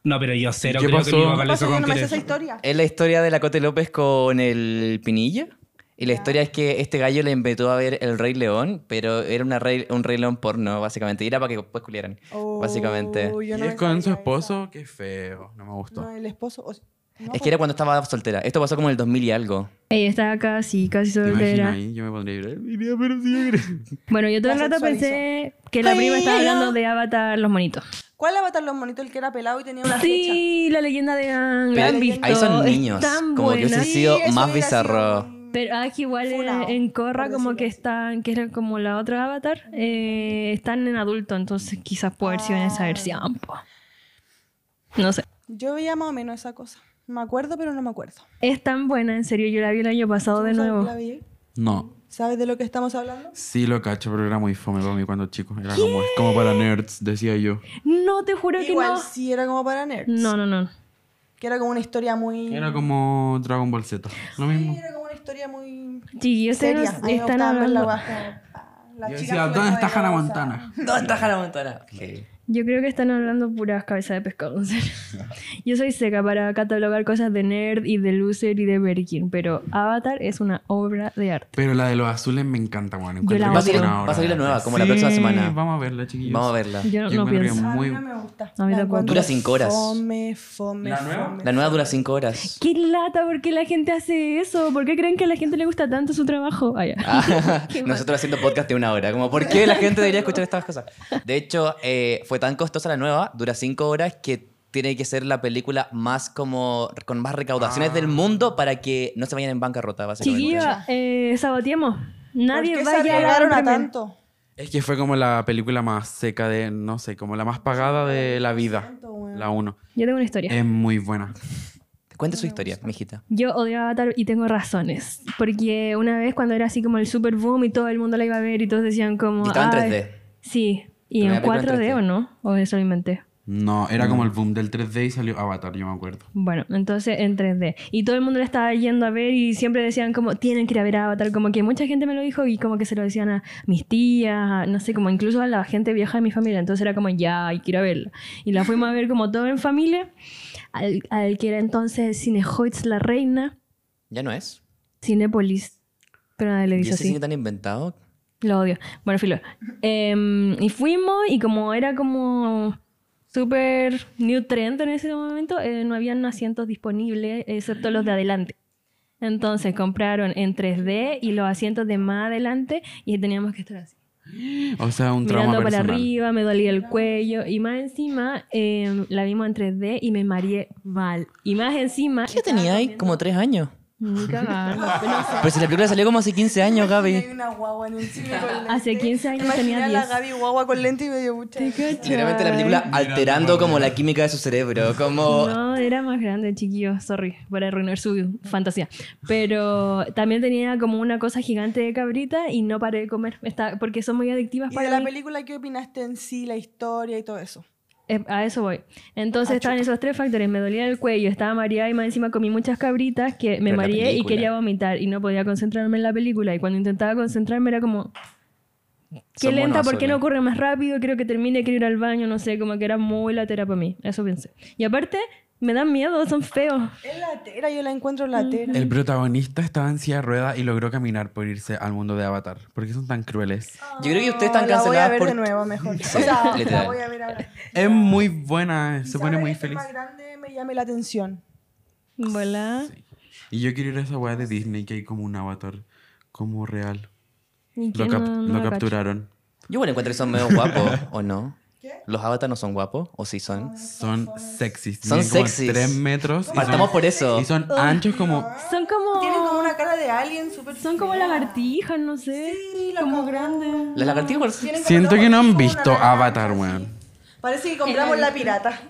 No, pero yo cero ¿Y qué creo que mi pasó? papá ¿Qué le hizo pasó? Yo con no me sé querer. esa historia. Es la historia de la Cote López con el Pinilla. Y la historia es que este gallo le invitó a ver El Rey León, pero era una rey- un Rey León porno, básicamente. Y era para que después culieran, Oh, básicamente. yo Y no es me con su sabía esposo, qué feo. esa. No me No, gustó. el esposo. o sea, no, pues, Es que era cuando estaba soltera. Esto pasó como en el 2000 y algo. Ella estaba casi, casi ¿Te imaginas soltera. ahí? Yo me pondría a llorar. Diría, pero sí, [laughs] yo creo. Bueno, yo todo el La rato sexualizó. pensé que la prima estaba hablando de Avatar los monitos. ¿Cuál avatar los monitos el que era pelado y tenía una flecha? Sí, la leyenda de Ang. ¿la Pero han visto? ahí son Es niños. tan Como que buena. hubiese sido eso más hubiera sido bizarro. un- Pero ah, que igual en- Funao, en Corra por como decirlo que así. están, que era como la otra Avatar, eh, están en adulto, entonces quizás puede haber sido en Ah. esa versión. po. No sé. Yo veía más o menos esa cosa. Me acuerdo, pero no me acuerdo. Es tan buena, en serio, yo la vi el año pasado de ¿Tú sabes nuevo. la vi? No. ¿Sabes de lo que estamos hablando? Sí lo cacho, pero era muy fome para mí cuando chico. Era como, es como para nerds, decía yo. No, te juro que Igual no. sí era como para nerds. No, no, no. Que era como una historia muy. Era como Dragon Ball Z. Lo mismo. Sí, era como una historia muy. Chiquillos, Seria. ustedes A mí me están gustaba ver la hablando. guaja. La Yo chica decía, ¿dónde está superpoderosa". Hannah Montana? ¿Dónde está Hannah Montana? Ok. Yo creo que están hablando puras cabezas de pescado, en [laughs] serio. Yo soy seca para catalogar cosas de nerd y de loser y de Berkin, pero Avatar es una obra de arte. Pero la de los azules me encanta, bueno. encuentro la que amo. es una Va a salir- va obra a salir la de nueva, arte. como la próxima semana. Vamos a verla, chiquillos. Vamos a verla. Yo no, Yo no encuentro que pienso. A Muy- mí no me gusta. A mí La tampoco. encuentro Dura cinco horas. Fome, fome, ¿La nueva? fome. La nueva dura 5 horas. Qué lata, ¿por qué la gente hace eso? ¿Por qué creen que a la gente le gusta tanto su trabajo? Ah, ya. Ah, Qué mal. nosotros haciendo podcast de una hora. Como, ¿por qué la gente debería escuchar estas cosas? De hecho, eh, fue tan costosa la nueva, dura cinco horas, que tiene que ser la película más como con más recaudaciones del mundo para que no se vayan en bancarrota, básicamente. Chiquillos, eh, saboteemos. Nadie ¿Por qué va a se llegar arriesgaron a a premio. tanto? Es que fue como la película más seca de, no sé, como la más pagada de la vida. La 1. Yo tengo una historia. Eh. Es muy buena. Cuente su historia, mijita. Yo odio Avatar y tengo razones. Porque una vez cuando era así como el super boom y todo el mundo la iba a ver y todos decían como... Y estaba en "Ay". 3D. Sí. ¿Y Primera en película en 4D o 3D. no? ¿O eso lo inventé? No, era Mm. como el boom del 3D y salió Avatar, yo me acuerdo. Bueno, entonces en 3D. Y todo el mundo la estaba yendo a ver y siempre decían como, tienen que ir a ver Avatar. Como que mucha gente me lo dijo y como que se lo decían a mis tías, a- no sé, como incluso a la gente vieja de mi familia. Entonces era como, ya, hay que ir a verla. Y la fuimos a ver como todo en familia. Al, al que era entonces Cinehoitz la reina, Ya no es. Cinépolis. Pero nadie le ¿Y dice ese así. cine tan inventado? Lo odio. Bueno, filo. Em, y fuimos y como era como súper new trend en ese momento, eh, no habían asientos disponibles excepto los de adelante. Entonces compraron en 3D y los asientos de más adelante y teníamos que estar así. O sea, un trauma Mirando para personal. arriba, me dolía el cuello y más encima em, la vimos en 3D y me mareé mal. Y más encima... ¿Qué tenía ahí? Como tres años. Ni cagando, no sé. Pero si la película salió como hace 15 años, Hay Gaby. una guagua en el cine [laughs] con lente. Hace 15 años Imaginé tenía a la 10. Gaby guagua con lente y medio mucha. ¿Te cachai? Literalmente la película alterando como la química de su cerebro. Como. No, era más grande, chiquillo, sorry, por arruinar su fantasía. Pero también tenía como una cosa gigante de cabrita y no paré de comer, Está- porque son muy adictivas Y de para la mí. película, ¿qué opinaste en sí, la historia y todo eso? Eh, A eso voy. Entonces Ah, estaban esos tres factores, me dolía el cuello, estaba mareada y más encima comí muchas cabritas que me Pero la mareé y película. quería vomitar y no podía concentrarme en la película y cuando intentaba concentrarme era como... Qué Son lenta, monos ¿por qué no azules. corre más rápido? Quiero que termine, quiero ir al baño, no sé, como que era muy latera para mí. Eso pensé. Y aparte, Me dan miedo, son feos. Es latera, yo la encuentro Mm. latera. El protagonista estaba en silla de rueda y logró caminar por irse al mundo de Avatar. ¿Por qué son tan crueles? Yo creo que ustedes están la voy a cancelados ver por... de nuevo mejor. O [laughs] Sí, sea, la literal. voy a ver ahora. Es muy buena, se Quizá pone ver muy el tema feliz. grande me llame la atención. Voilà. Y yo quiero ir a esa weá de Disney que hay como un avatar, como real. ¿Y Lo, quién cap- no- no lo la cacho? capturaron. Yo bueno encuentro que son medio [laughs] guapos, ¿o no? ¿Los avatars no son guapos? ¿O sí son? Ah. Son sexys. Son miden como sexys. Tres metros. y son- Partamos por eso. Y son anchos como... Son como... Tiene como una cara de alien súper. Son como fea. lagartijas, no sé. Sí, la como cagó. grandes. Las lagartijas igual son- Tienen como Siento los que no han ojos como visto una naranja, Avatar, así. weón. Parece que compramos [laughs] la pirata.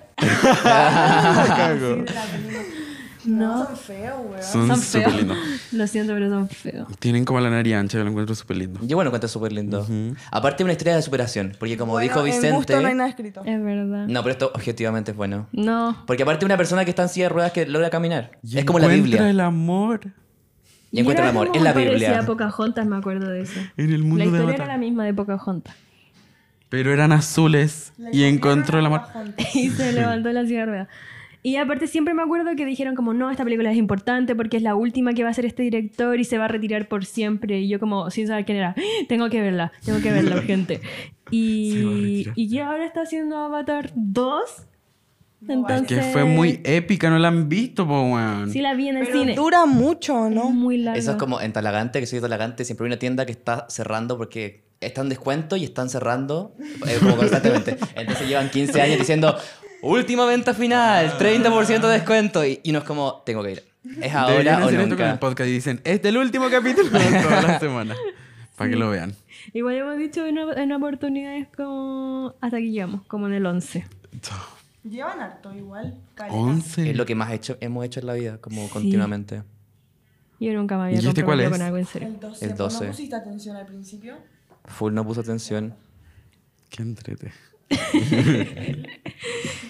No, son feos, weón. Son Son súper feos. lindos. [laughs] Lo siento, pero son feos. Tienen como la nariz ancha, yo lo encuentro súper lindo. Yo bueno encuentro súper lindo. Aparte una historia de superación, porque como Bueno, dijo Vicente... En gusto no hay nada escrito. Es verdad. No, pero esto objetivamente es bueno. No. Porque aparte una persona que está en silla de ruedas que logra caminar. Y es como la encuentra Biblia. el amor Y encuentra era el amor. como Es la Parecía Biblia. a Pocahontas, me acuerdo de eso. en el mundo la de historia Avatar. era la misma de Pocahontas. Pero eran azules y encontró el amor. [laughs] y se levantó la silla de ruedas. Y aparte siempre me acuerdo que dijeron como, no, esta película es importante porque es la última que va a hacer este director y se va a retirar por siempre. Y yo como, sin saber quién era, "Ah, tengo que verla, tengo que [laughs] verla, gente. Se va a Y, retirar. y ya ahora está haciendo Avatar 2. Es Entonces... que fue muy épica, no la han visto, po, weón. Sí la vi en el Pero cine. Mm. dura mucho, Es ¿no? Muy largo. Eso es como en Talagante, que soy de Talagante, siempre hay una tienda que está cerrando porque está en descuento y están cerrando eh, como constantemente. Entonces llevan 15 años diciendo, última venta final, 30% de descuento. Y, y no es como, tengo que ir. Es Deberían ahora o hacer esto con el nunca. podcast y dicen, este es el último capítulo de [laughs] toda la semana. Para que lo vean. Igual hemos dicho en, en oportunidades como... Hasta aquí llegamos, como en el 11. Llevan harto igual. caleta. 11. Es lo que más hecho, hemos hecho en la vida, como continuamente. Yo nunca me había ¿Y este cuál comprometido es? con algo en serio. El 12. El ¿vos 12. ¿No pusiste atención al principio? Full no puso atención. Qué entrete.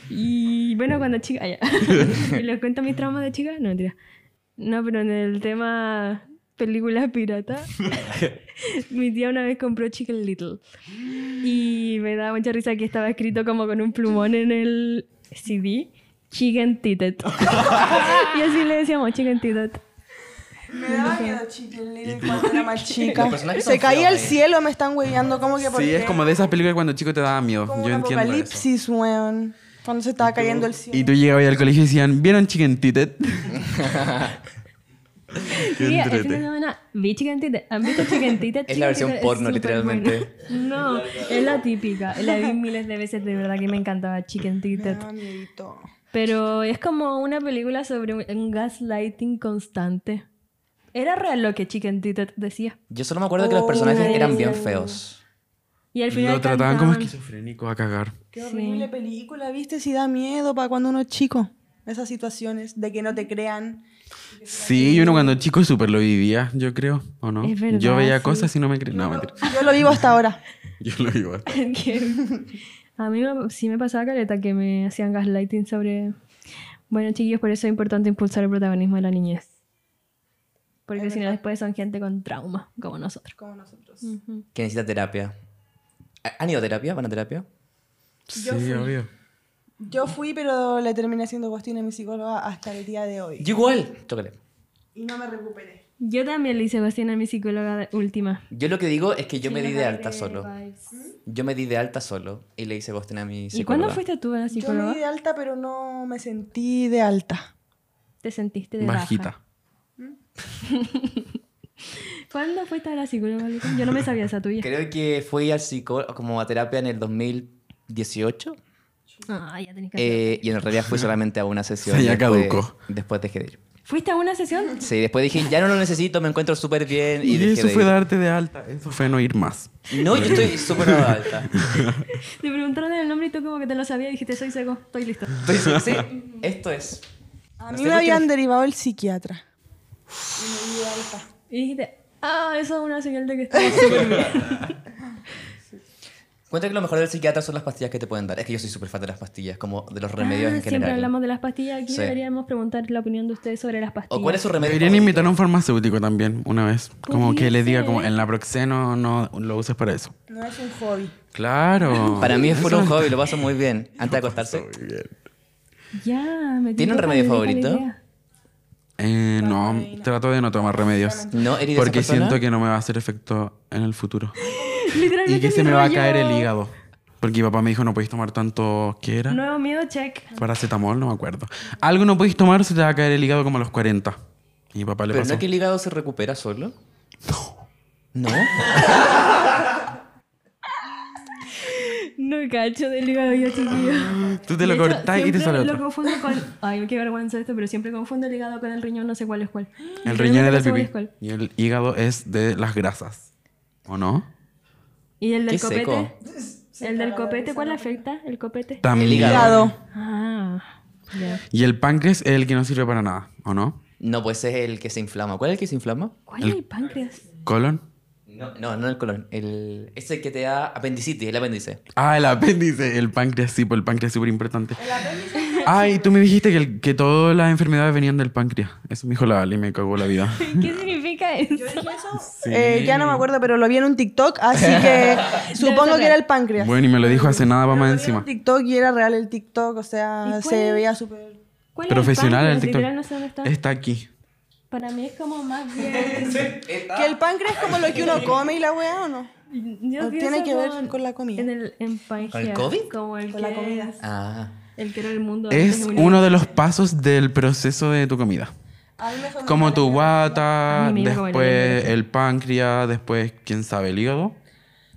Y bueno, cuando chica... ah, ya. [laughs] ¿Les cuento mis traumas de chica? No, mentira. No, pero en el tema películas pirata, [laughs] mi tía una vez compró Chicken Little. Y me da mucha risa que estaba escrito como con un plumón en el CD. Chicken Titted. [laughs] y así le decíamos Chicken Titted. Me daba miedo Chicken Little cuando era más chica. Los personajes son Se caía al feos, eh. cielo, me están hueveando. como que por Sí, qué? es como de esas películas cuando chico te daba miedo. Como Yo un entiendo. eso. apocalipsis, weón. Cuando se estaba cayendo el cielo. Y tú llegabas ahí al colegio y decían, ¿vieron Chicken [laughs] Titted? Qué Sí, entrete. el fin de semana vi Chicken Titted. ¿Han visto Chicken Titted? Es la versión Chicken Titted es porno, súper literalmente. buena. No, es la típica. La vi miles de veces, de verdad que me encantaba Chicken Me Titted. daba miedito. Pero es como una película sobre un- un gaslighting constante. Era real lo que Chicken Titted decía. Yo solo me acuerdo que los Oh, personajes eran bien sí. feos. Y al final Lo trataban como cantaban- esquizofrénico a cagar. Qué Sí. horrible película, ¿viste? Si da miedo para cuando uno es chico. Esas situaciones de que no te crean. Sí, y uno cuando chico súper lo vivía, yo creo, ¿o no? Es verdad, yo veía sí. cosas y no me creía. No, mentira. [laughs] Yo lo vivo hasta ahora. Yo lo vivo. [laughs] que a mí me- sí me pasaba caleta que me hacían gaslighting sobre... Bueno, chiquillos, por eso es importante impulsar el protagonismo de la niñez. Porque si no, después son gente con trauma, como nosotros. Como nosotros. Que necesita terapia. ¿Han ido a terapia? ¿Van a terapia? Sí, obvio. Yo fui, pero le terminé haciendo costín a mi psicóloga hasta el día de hoy. Yo igual. Chócale. Y no me recuperé. Yo también le hice cuestión a mi psicóloga de- última. Yo lo que digo es que yo me di de alta solo. Yo me di de alta solo y le hice ghosting a mi ¿Y psicóloga. cuándo fuiste tú a la Yo me psicóloga? di de alta, pero no me sentí de alta. Te sentiste de baja. Bajita. ¿Cuándo fuiste a la psicóloga, Lucas? Yo no me sabía esa tuya. Creo que fui al psicólogo como a terapia en el 2018 Ah, ya tenés que eh, y en realidad fui solamente a una sesión. Se [laughs] ya Después- caducó. Después dejé de ir. ¿Fuiste a una sesión? Sí, después dije, ya no lo necesito, me encuentro súper bien y, Y, dejé eso de fue ir. darte de alta, eso fue no ir más. No, yo estoy súper de alta. Te preguntaron el nombre y tú como que te lo sabías y dijiste, soy seco, estoy listo. Estoy- sí, esto es. A No mí sé por me qué habían me- derivado el psiquiatra. Y dijiste, ah, eso es una señal de que estamos súper bien. Cuenta que lo mejor del psiquiatra son las pastillas que te pueden dar. Es que yo soy súper fan de las pastillas, como de los remedios Ah, en Siempre general. hablamos de las pastillas. Aquí Sí. deberíamos preguntar la opinión de ustedes sobre las pastillas. ¿O cuál es su remedio? Deberían favorito? invitar a un farmacéutico también, una vez. Como Podría que le diga, ser. como, el naproxeno no lo uses para eso. No es un hobby. Claro. [laughs] Para mí es full Eso un hobby, lo paso muy bien. Antes de acostarse. está muy bien. Ya, me ¿Tiene un tinca remedio caleta la favorito? idea. [laughs] Eh, no, trato de no tomar remedios. No, eres de Porque esa persona? siento que no me va a hacer efecto en el futuro. Literalmente y que se mi me va a rollo- caer el hígado. Porque mi papá me dijo, no podéis tomar tanto que era. Nuevo miedo, check. Paracetamol, no me acuerdo. Algo no podéis tomar, se te va a caer el hígado como a los 40. Y mi papá le ¿Pero pasó. no que el hígado se recupera solo? No. ¿No? No cacho del hígado yo, chiquillo. Tú te lo De hecho, cortás y te siempre sale Lo otro. confundo con. Ay, qué vergüenza esto, pero siempre confundo el hígado con el riñón, no sé cuál es cuál. El Literalmente riñón no es sé del cuál pipí. Y el hígado es de las grasas. ¿O no? ¿Y el Qué del copete? seco. ¿El del copete cuál afecta? ¿El copete? También. El hígado. Hígado. Ah, ya. Y el páncreas es el que no sirve para nada, ¿o no? No, pues es el que se inflama. ¿Cuál es el que se inflama? ¿Cuál es el [laughs] páncreas? ¿Colon? No, no, no el colon. El, es el que te da apendicitis, el apéndice. Ah, el apéndice. El páncreas, sí, pues el páncreas es súper importante. Ay, tú me dijiste que, el- que todas las enfermedades venían del páncreas. Eso me dijo la Ali y me cagó la vida. ¿Qué significa eso? Eh, ya no me acuerdo, pero lo vi en un TikTok, así [laughs] que [laughs] supongo que era el páncreas. Bueno, y me lo dijo hace nada, más encima. TikTok y era real el TikTok, o sea, ¿Y cuál se es? veía súper. ¿Cuál es Profesional el páncreas? TikTok. Literal, no sé dónde está. Está aquí. Para mí es como más [laughs] bien. ¿Que el páncreas es como lo que uno come y la weá o no? Yo ¿O tiene pienso que ver con la comida? En el en Pangea, ¿Con el COVID? Como el Con que la comida. es- Ah. el que era el mundo. antes Es de uno de los pasos del proceso de tu comida. A mí me fue muy Como mal tu en- guata, Ay, mira cómo le después duele. el páncreas, después quién sabe el hígado.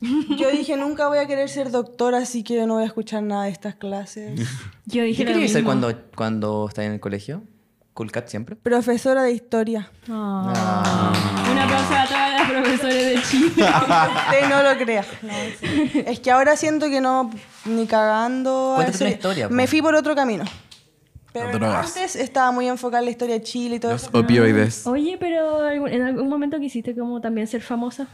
Yo dije, nunca voy a querer ser doctora, así que no voy a escuchar nada de estas [laughs] clases. Yo ¿Qué dije lo querías ser mismo. cuando, cuando estás en el colegio? ¿Cool cat siempre? Profesora de historia. Ah. Un aplauso a todas las profesores de [laughs] Chile. Ah. Usted no lo crea. es que ahora siento que no, ni cagando. Cuéntate así- una historia, po. Me fui por otro camino. Pero Las drogas. antes estaba muy enfocada en la historia de Chile y todo Los eso. opioides. Oye, pero algún- en algún momento quisiste como también ser famosa.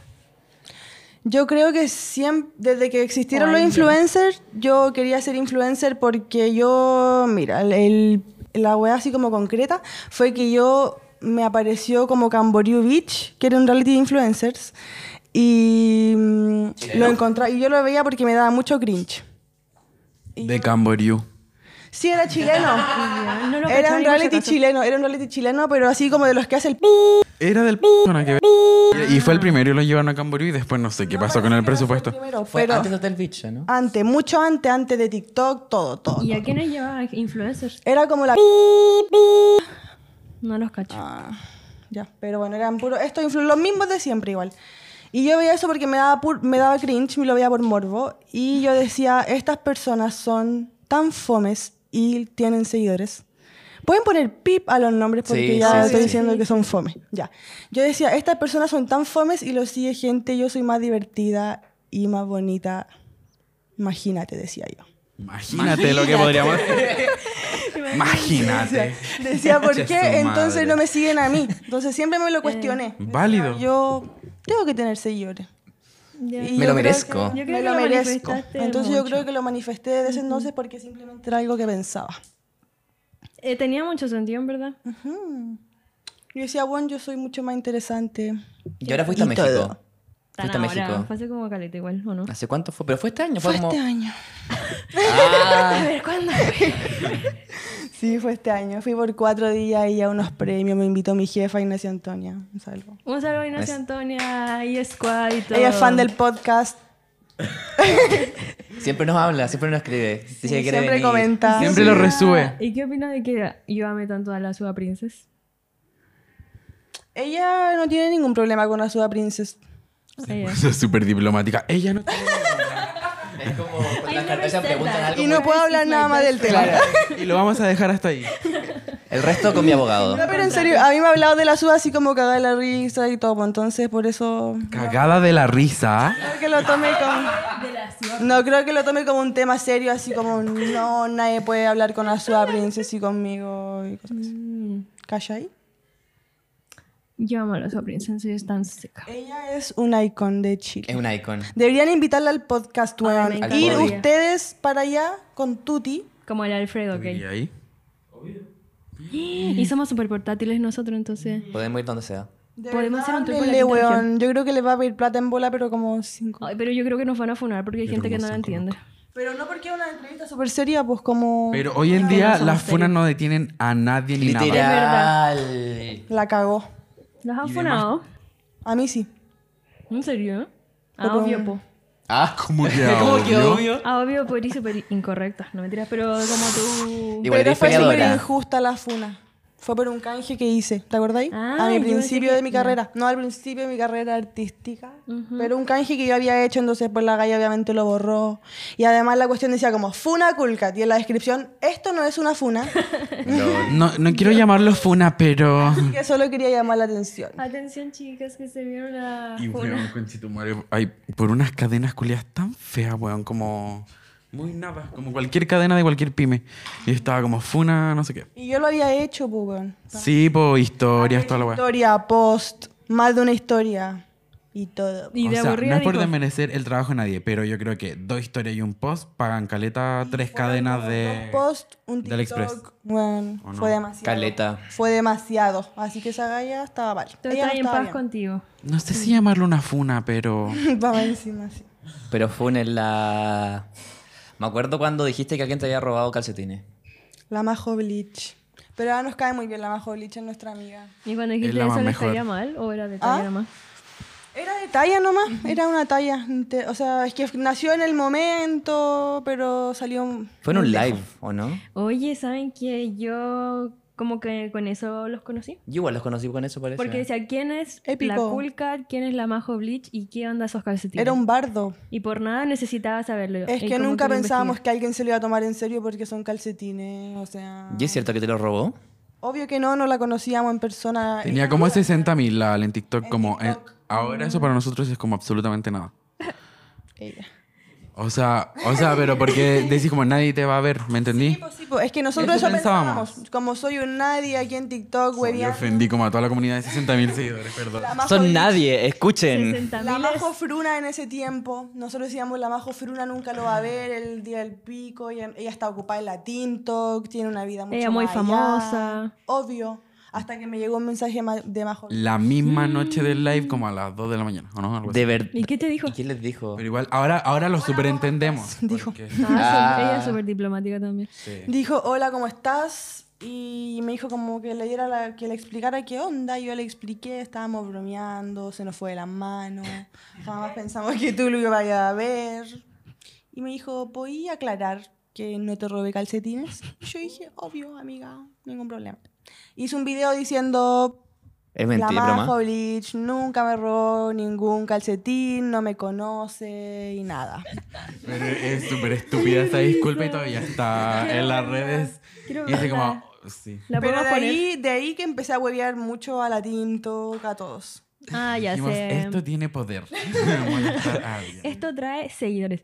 Yo creo que siempre, desde que existieron los influencers, yo quería ser influencer porque yo, mira, el- el- la wea así como concreta fue que yo me apareció como Camboriú Beach, que era un reality de influencers, y mm, lo encontré, y yo lo veía porque me daba mucho cringe. De Camboriú. Sí, era chileno. no lo cachaba era ni un por si reality acaso. chileno, era un reality chileno, pero así como de los que hace el... pi- Era del p- zona que Y fue el primero y lo llevaron a Camboriú y después no sé qué pasó con el presupuesto. Primero, Fue pero Ah, antes de Hotel Bicho, ¿no? antes, mucho antes, antes de TikTok, todo, todo. ¿Y a quiénes llevaba influencers? Era como la... No los cacho. Ah, ya, pero bueno, eran puros, estos influ- los mismos de siempre igual. Y yo veía eso porque me daba, pur- me daba cringe, me lo veía por morbo. Y yo decía, estas personas son tan fomes y tienen seguidores. Pueden poner pip a los nombres porque Sí, ya sí, sí, estoy sí. diciendo que son fomes. Ya. Yo decía, estas personas son tan fomes y los sigue gente, yo soy más divertida y más bonita. Imagínate, decía yo. Imagínate lo que podríamos pues. [laughs] hacer. Imagínate. [laughs] Decía, ¿por Concha qué su entonces madre. no me siguen a mí? Entonces siempre me lo cuestioné. Decía, Válido. Yo tengo que tener seguidores. Ya. Y Yo Me yo lo creo merezco. creo me que lo merezco. manifestaste Entonces yo mucho. creo que lo manifesté desde ese entonces porque simplemente era algo que pensaba. Eh, tenía mucho sentido, en verdad. Yo decía, bueno, yo soy mucho más interesante. Y ahora fuiste a Y todo. México. Tan Fuiste a ahora, México. Fue hace como caleta igual, ¿o no? ¿Hace cuánto fue? Pero fue este año, Fue fue, como. este año. Ah, ver, ¿cuándo? Sí, fue este año. Fui por cuatro días y a unos premios. Me invitó mi jefa Ignacia Antonia. Un saludo. Un saludo a Ignacio Es- Antonia y Squad y todo. Ella es fan del podcast. siempre nos habla, siempre nos escribe. Dice que quiere Siempre venir. comenta. Siempre lo resube. ¿Y qué opinas de que yo amé tanto a la Suba Princess? Ella no tiene ningún problema con Azuda Princess. Ella. Eso es súper diplomática. Ella no tiene- Es como cuando las never cartas said preguntan that. algo. Y no puedo hablar nada más del tema. Y lo vamos a dejar hasta ahí. El resto con mi abogado. No, pero en serio, a mí me ha hablado de la Azuda así como cagada de la risa y todo. pues, Entonces, por eso... Cagada de la risa. Creo que lo tome como... No, creo que lo tome como un tema serio, así como no, nadie puede hablar con Azua Princess y conmigo y cosas así. Mm. ¿Calla ahí? Yo amo a la Suba Princess, ella es tan seca. Ella es un icon de Chile. Es un icon. Deberían invitarla al podcast, weón. me encanta. Ir Al podcast. ustedes para allá con Tuti. Como el Alfredo, que Y ahí. [gasps] Y somos súper portátiles nosotros, entonces. Podemos ir donde sea. De Podemos hacer un tour por la háblenle, quinta región. weón. Yo creo que le va a pedir plata en bola, pero como cinco. Ay, pero yo creo que nos van a funar porque hay gente que no la entiende. Pero no porque es una entrevista súper seria, pues como. Pero hoy en No, día no somos las funas serios. no detienen a nadie ni nada. Literal. La cagó. ¿Los han demás- funado? A mí sí. ¿En serio? Ah, Pero- obvio, po. Ah, ¿Cómo que [laughs] ¿Cómo que obvio? obvio? Ah, obvio, por y súper incorrectas. No mentiras, pero como tú. Igual Pero eres fue súper peleadora. injusta la funa. Fue por un canje que hice, ¿te acordáis? Ah, a mi yo pensé principio que- de mi carrera. No, al principio de mi carrera artística. Pero un canje que yo había hecho, entonces pues la galla obviamente lo borró. Y además la cuestión decía como funa culcat. Y en la descripción, esto no es [laughs] una funa. No, no quiero llamarlo funa, pero... que solo quería llamar la atención. Atención, chicas, que se vieron la. Y funa. weón, con tu madre, ay, por unas cadenas culiadas tan feas, weón, como... Muy nada, como cualquier cadena de cualquier pyme. Y estaba como funa, no sé qué. Y yo lo había hecho, pues, weón. Sí, po, Ah, historias, toda la weá. Historia, post, más de una historia y todo. Y o de sea, aburrida no es por dijo, desmerecer el trabajo de nadie, pero yo creo que dos historias y un post pagan caleta tres cadenas de... Un post, un del Express. TikTok. Bueno, ¿O no? fue demasiado. Caleta. Fue demasiado. Así que esa galla estaba mal. "Tú Ella no estás en estaba paz bien. contigo. No sé si llamarlo una funa, pero... [laughs] Para encima, sí. Pero funen la... Me acuerdo cuando dijiste que alguien te había robado calcetines. La Majo Bleach. Pero ahora nos cae muy bien la Majo Bleach, es nuestra amiga. ¿Y cuando Es dijiste la eso más le mejor. estaría mal o era de talla ¿Ah? nomás? Era de talla nomás, era una talla. inte- O sea, es que nació en el momento, pero salió... un- Fue en un muy lejos. live, ¿o no? Oye, ¿saben qué? Yo como que con eso los conocí. Yo igual los conocí con eso, parece. Porque decía, ¿quién es la Épico. Cool Cat? ¿Quién es la Majo Bleach? ¿Y qué onda esos calcetines? Era un bardo. Y por nada necesitaba saberlo. Es Y que como nunca lo pensábamos investigué. que alguien se lo iba a tomar en serio porque son calcetines, o sea... ¿Y es cierto que te lo robó? Obvio que no, no la conocíamos en persona. Tenía como 60 mil la en TikTok, como eh, ahora eso para nosotros es como absolutamente nada. Ella. O sea, o sea, pero porque decís como nadie te va a ver, ¿me entendí? Sí, pues, sí, pues, Es que nosotros Eso eso, pensábamos. pensábamos. Como soy un nadie aquí en TikTok, Yo hueveando. ofendí como a toda la comunidad de 60 mil seguidores, perdón. La Majo Son Bleach. nadie, escuchen. 60.000 La Majo es- Fruna en ese tiempo, nosotros decíamos la Majo Fruna nunca lo va a ver, el día del pico, ella, ella está ocupada en la TikTok, tiene una vida mucho Ella muy más allá. famosa. Obvio, hasta que me llegó un mensaje ma- de Majo. La Mm. misma noche del live como a las 2 de la mañana, ¿o no? Algo así. De verdad. ¿Y qué te dijo? ¿Y quién les dijo? Pero igual, ahora, ahora lo superentendemos. Dijo. porque- Ah, Ah. sí, Ella es súper diplomática también. Dijo, hola, ¿cómo estás? Y me dijo como que le diera la- que le explicara qué onda. Yo le expliqué, estábamos bromeando, se nos fue de [laughs] las manos. Jamás pensamos que tú lo ibas a ver. Y me dijo, ¿podía aclarar que no te robé calcetines? Y yo dije, obvio, amiga, ningún problema. Hice un video diciendo, Es la mentira, Majo broma. Bleach nunca me robó ningún calcetín, no me conoce y nada. Pero es súper estúpida esa disculpa y todavía está Ah, en las redes. Quiero Y dice verla. como, sí. ¿La Pero podemos de poner? ahí, de ahí que empecé a huevear mucho a la Tinto, a todos. Ah, ya Dijimos, sé. esto tiene poder. [laughs] Molestar a alguien. Esto trae seguidores.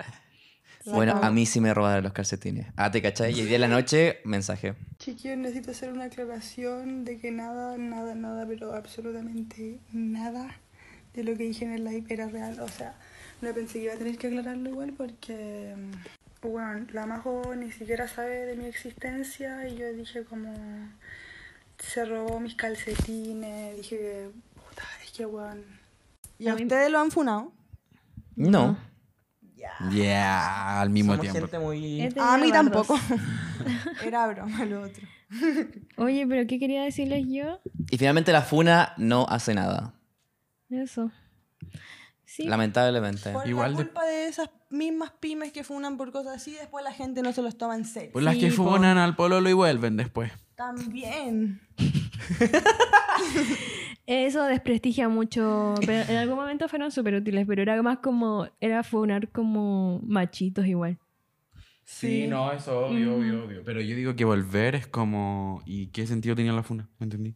Bueno, a mí sí me robaron los calcetines. Ah, ¿te cachai? Y el día de la noche, mensaje. Chiquillos, necesito hacer una aclaración de que nada, nada, nada, pero absolutamente nada de lo que dije en el live era real. O sea, no pensé que iba a tener que aclararlo igual porque, mm, bueno, la Majo ni siquiera sabe de mi existencia y yo dije como, se robó mis calcetines, dije que, puta, es que, weón. ¿Y a ustedes lo han funado? No. Yeah, al mismo tiempo. muy... Este Es de A mí Barros. tampoco. [laughs] Era broma lo otro. Oye, pero ¿qué quería decirles yo? Y finalmente la funa no hace nada. Eso. Sí. Lamentablemente. Por Eh, Igual la de- culpa de... esas mismas pymes que funan por cosas así, después la gente no se los toma en serio. Pues las que Sí, po. funan al pololo y vuelven después. También. Eso desprestigia mucho. Pero en algún momento fueron súper útiles, pero era más como. Era funar como machitos igual. Sí, no, eso obvio, obvio, Mm. obvio. Pero yo digo que volver es como... ¿Y qué sentido tenía la funa? ¿Me entendí?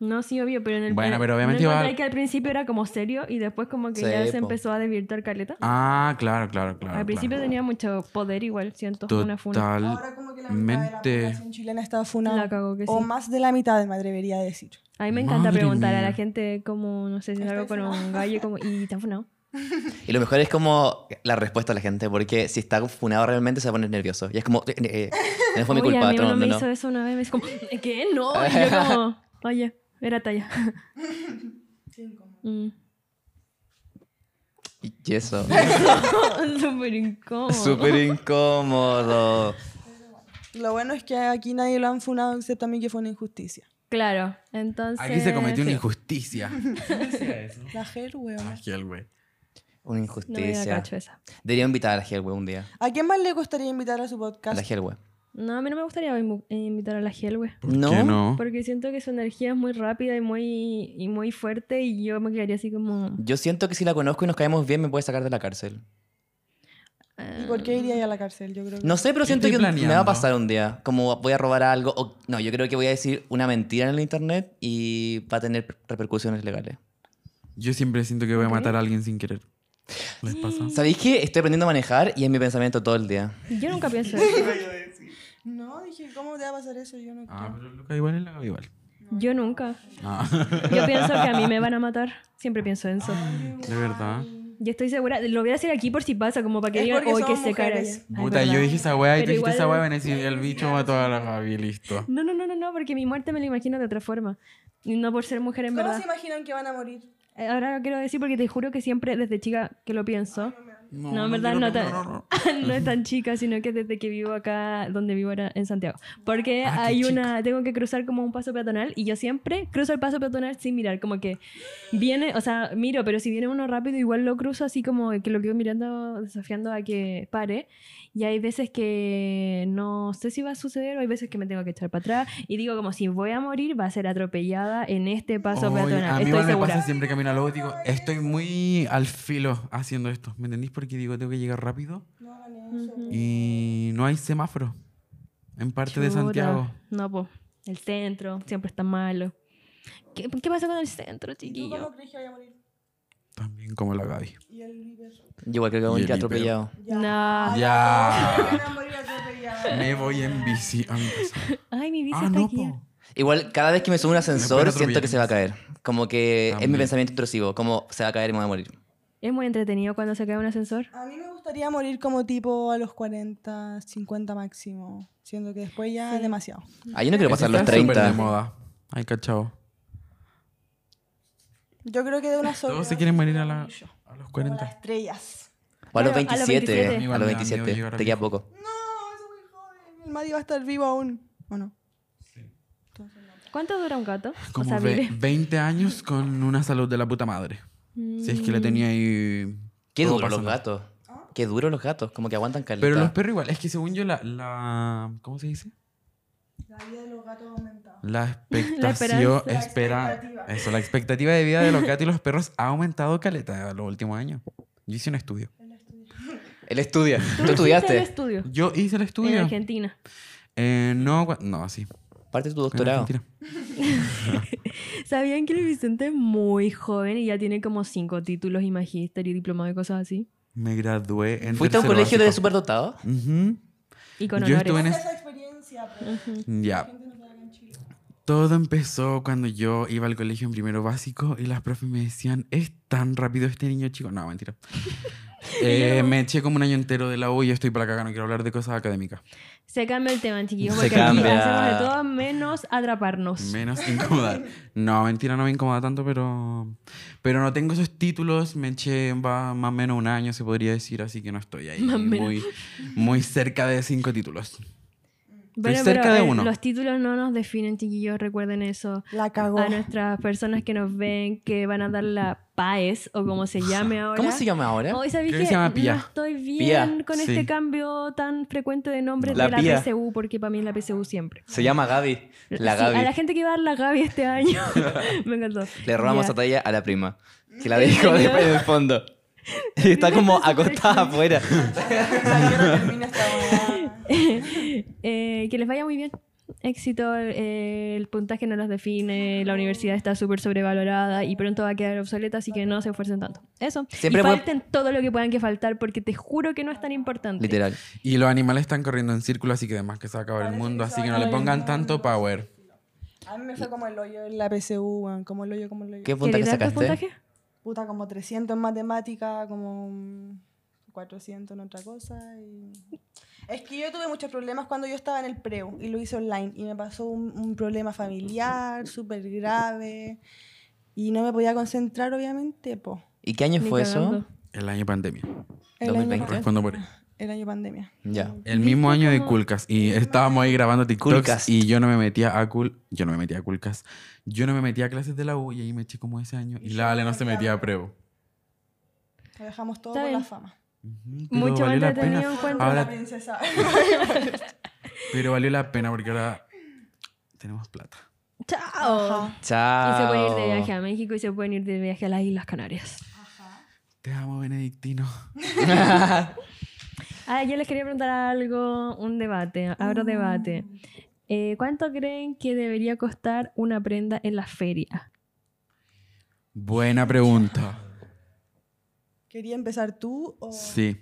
No, sí, obvio, pero en el. Bueno, en- pero obviamente ¿no iba- encontráis que al principio era como serio y después como que Sí, ya se po. empezó a desvirtuar caleta. Ah, claro, claro, claro. al principio tenía mucho poder igual, siento. Una funa. Ahora como que la mitad de la Totalmente. población chilena está funada. La cagó que O sí. más de la mitad, me atrevería a decir. A mí me encanta Madre preguntar a mía. la gente como, no sé, si es Estoy algo con funado. un gallo como, y tan funado. Y lo mejor es como la respuesta de la gente, porque si está funado realmente se va a poner nervioso. Y es como, eh, eh, no [laughs] fue mi Oye, culpa, a mí no, uno no, me no. hizo eso una vez, me dijo como, "¿Eh, ¿qué? No. Y yo [laughs] como, oye, era talla. Mm. Y eso. [laughs] Súper incómodo. [laughs] Súper incómodo. Lo bueno es que aquí nadie lo han funado, excepto a mí que fue una injusticia. Claro, entonces... Aquí se cometió una sí. [laughs] injusticia. La gel, weón. Aquí el güey. No me Una da injusticia. cacho esa. Debería invitar a la Helwe un día. ¿A quién más le gustaría invitar a su A podcast? la Helwe. No, a mí no me gustaría inv- invitar a la Hel, güey. ¿Por qué no? Porque siento que su energía es muy rápida y muy, y muy fuerte y yo me quedaría así como... Yo siento que si la conozco y nos caemos bien, me puede sacar de la cárcel. eh, ¿Y por qué iría yo a la cárcel? Yo creo que... No sé, pero ¿Qué siento que estoy me va a planeando? pasar un día. Como voy a robar algo. o- no, yo creo que voy a decir una mentira en el internet y va a tener per- repercusiones legales. Yo siempre siento que voy a matar a alguien sin querer. ¿Les pasa? ¿Sabéis que estoy aprendiendo a manejar y es mi pensamiento todo el día? "Ah, Yo nunca [laughs] pienso eso. No, dije, ¿cómo te va a pasar eso? Yo no Ah, creo. pero Luca igual es la igual. Yo nunca. Ah, Yo pienso que a mí [laughs] me van a matar. Siempre pienso en eso. de verdad. Yo estoy segura. Lo voy a decir aquí por si pasa, como para que Es digan, porque hoy que somos se cara mujeres. Ay, Puta, verdad. yo dije esa weá y tú Pero dijiste esa igual- weá, van a decir, el bicho mató a la Javi, listo. No, no, no, no, no, porque mi muerte me la imagino de otra forma. Y No por ser mujer en ¿Cómo verdad. se imaginan que van a morir? Eh, Ahora lo quiero decir porque te juro que siempre desde chica que lo pienso. No, en verdad quiero no, pensar, tan- no, [laughs] no. no es [laughs] tan chica, sino que desde que vivo acá, donde vivo ahora en Santiago. Porque Ah, qué hay una, tengo que cruzar como un paso peatonal y yo siempre cruzo el paso peatonal sin mirar, como que viene, o sea, miro, pero si viene uno rápido igual lo cruzo así como que lo quedo mirando, desafiando a que pare. Y hay veces que no sé si va a suceder o hay veces que me tengo que echar para atrás y digo como si voy a morir va a ser atropellada en este paso Ay, peatonal. A mí Estoy igual me segura. pasa siempre camino al lado y digo, estoy muy al filo haciendo esto. ¿Me entendís? Porque digo, tengo que llegar rápido No hagan eso. y no hay semáforo en parte de Chuta. Santiago. No, po. El centro siempre está malo. ¿Qué, qué pasa con el centro, ¿Y tú chiquillo? cómo crees que vaya a morir? También como la Gaby. Y el River. Yo igual creo que voy a Y el ir atropellado. No. Ay, Ah, Ya. todos van a morir atropellados. Me voy en bici a mi casa. Ay, mi bici Ah, está no, aquí. po. Igual, cada vez que me subo a un ascensor, pueden siento que atropellar. se va a caer. Como que es mi También. pensamiento intrusivo. Como se va a caer y me voy a morir. Es muy entretenido cuando se cae un ascensor. A mí me gustaría morir como tipo a los 40, 50 máximo. Siendo que después ya es demasiado. Ah, yo no quiero Eso pasar los está súper de 30. moda. Ay, cachao. Yo creo que de una sola. Todos se quieren morir a, la- a los Como las 40. estrellas. O a los Claro, a los 27. 27. A los Igual me da miedo 27. llegar Te queda viejo. poco. No, eso es muy joven. El Mati va a estar vivo aún. ¿O no? ¿Cuánto dura un [laughs] gato? Como o sea, ve- vive. 20 años con una salud de la puta madre. Si es que Mm. la Este tenía ahí. Qué todo duro los pasando. gatos. Qué duro los gatos. Como que aguantan caleta. Pero los perros igual. Es que según yo, la. la ¿Cómo se dice? La vida de los gatos aumentada. La La expectación. esperanza. La expectativa. Eso, la expectativa de vida de los gatos y los perros ha aumentado caleta en los últimos años. Yo hice un estudio. Él [laughs] estudia. ¿Tú, Tú estudiaste? el estudiaste. estudio Yo hice el en estudio. Argentina. Eh, no, cua- no, sí. Parte de tu en doctorado. Argentina. ¿Sabían que el Vicente es muy joven y ya tiene como cinco títulos y magíster y diplomado y cosas así? Me gradué en. ¿Fuiste a un tercero colegio de básico. superdotados? Ujú. Y con Yo honores. estuve en es- Esa experiencia, pues. Ya. Todo empezó cuando yo iba al colegio en primero básico y las profes me decían, es tan rápido este niño chico. No, [laughs] mentira. Eh, me eché como un año entero de la U y yo estoy para acá, no quiero hablar de cosas académicas. Se cambia el tema, chiquillos, Se porque aquí cambia. hacemos de todo menos atraparnos. Menos incomodar. No, mentira, no me incomoda tanto, pero... Pero no tengo esos títulos, me eché va, más o menos un año, se podría decir, así que no estoy ahí. Más o menos. Muy, muy cerca de cinco títulos. Bueno, cerca pero de eh, uno. los títulos no nos definen, chiquillos, recuerden eso. La cagó. Oh. a nuestras personas que nos ven que van a dar la PAES o como se llame ahora. ¿Cómo se llama ahora? Hoy sabéis Creo que que se llama Pía. no estoy bien Pía, con sí. este cambio tan frecuente de nombre La de la Pía. PSU, porque para mí es la PSU siempre. Se llama Gaby. La Sí, A la Gaby. gente que va a dar la Gaby este año. [laughs] Me encantó. Le robamos Ya. esa talla a la prima. Que la [laughs] dejó de- en [laughs] el fondo. Y está como acostada afuera. Eh, que les vaya muy bien. Éxito, eh, el puntaje no los define, la universidad está súper sobrevalorada y pronto va a quedar obsoleta, así que no se esfuercen tanto. Eso. Siempre y fue- falten todo lo que puedan que faltar, porque te juro que no es tan importante. Literal. Y los animales están corriendo en círculo, así que además que se va a acabar el mundo, así que no le pongan tanto power. A mí me fue como el hoyo en la PSU, weón, como el hoyo, como el hoyo. ¿Qué puntaje ¿Queréis dar tus sacaste? puntajes? Puta, como 300 en matemática, como mm, 400 en otra cosa. y- Es que yo tuve muchos problemas cuando yo estaba en el preu y lo hice online y me pasó un, un problema familiar súper grave y no me podía concentrar, obviamente, po. ¿Y qué año Ni fue cagando. eso? El año pandemia. El año 2020. pandemia. Respondo por ahí. El año pandemia. Ya. El mismo año de Culcas. Y estábamos ahí grabando TikToks Coolcast. y yo no me metía a Cool. Yo no me metía a Culcas. Yo no me metía a clases de la U y ahí me eché como ese año. Y la Ale no se metía a pruebo. Lo dejamos todo Está por bien. la fama. Ujú, pero Mucho valió más la entretenido pena. encuentro. Ahora- La princesa. [laughs] Pero valió la pena porque ahora tenemos plata. Chao. Chao. Y se pueden ir de oh. viaje [laughs] a México y se pueden ir de viaje a las Islas Canarias. Te amo, Benedictino. Ah, yo les quería preguntar algo, un debate, abro debate. Eh, ¿Cuánto creen que debería costar una prenda en la feria? Buena pregunta. ¿Quería empezar tú o...? Sí.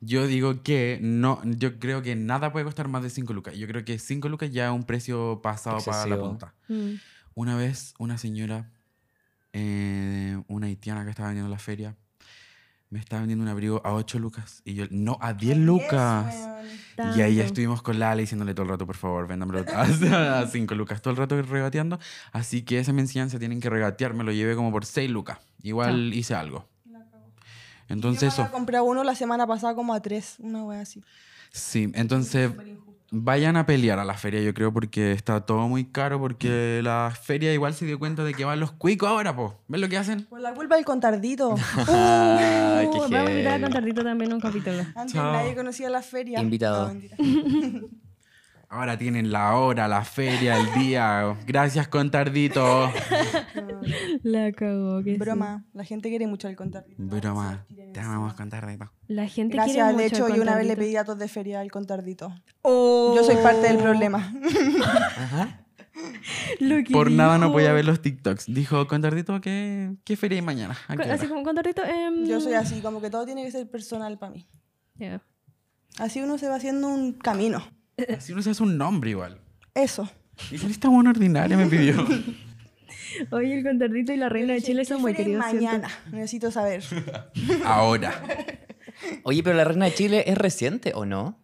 Yo digo que no, yo creo que nada puede costar más de 5 lucas. Yo creo que 5 lucas ya es un precio pasado para la Excesivo. punta. Mm. Una vez una señora, eh, una haitiana que estaba vendiendo en la feria, me estaba vendiendo un abrigo a 8 lucas. Y yo, no, a 10 Ay, lucas. yes, weón. Y ahí Tanto. estuvimos con Lala diciéndole todo el rato, por favor, véndamelo [laughs] a 5 lucas, todo el rato regateando. Así que esa enseñanza tienen que regatear, me lo llevé como por 6 lucas. Igual hice algo. Entonces Yo eso, me compré uno la semana pasada como a tres, una wea así. sí, entonces vayan a pelear a la feria, yo creo, porque está todo muy caro, porque la feria igual se dio cuenta de que van los cuicos ahora, po. ¿Ves lo que hacen? Por la culpa del [laughs] contardito. Ay, qué Uh, vamos a invitar a heavy. Contardito también un capítulo. Antes Chao. nadie conocía la feria. Invitado. No, [laughs] mentira. Ahora tienen la hora, la feria, [laughs] el día. Gracias, [laughs] contardito. [laughs] La cagó. que sí. Broma, la gente quiere mucho al contardito. Broma, te amamos, contardito. La gente Gracias quiere al mucho hecho, al yo una vez le Contardito. pedí datos de feria al contardito. Yo soy parte del problema. [laughs] Lo que Por nada no dijo. podía ver los TikToks. Dijo, contardito, ¿qué, qué feria hay mañana? ¿A qué Co- Así hora?". como Contardito. em, Yo soy así, como que todo tiene que ser personal para mí. ya. Así uno se va haciendo un camino. Así no se hace un nombre igual. Eso. Y si esta buena ordinaria me [laughs] pidió. Oye, el Contardito y la reina de Dije, Chile ¿qué son muy feria hay queridos. siento. Mañana, necesito saber. Ahora. Oye, pero la reina de Chile es reciente o no?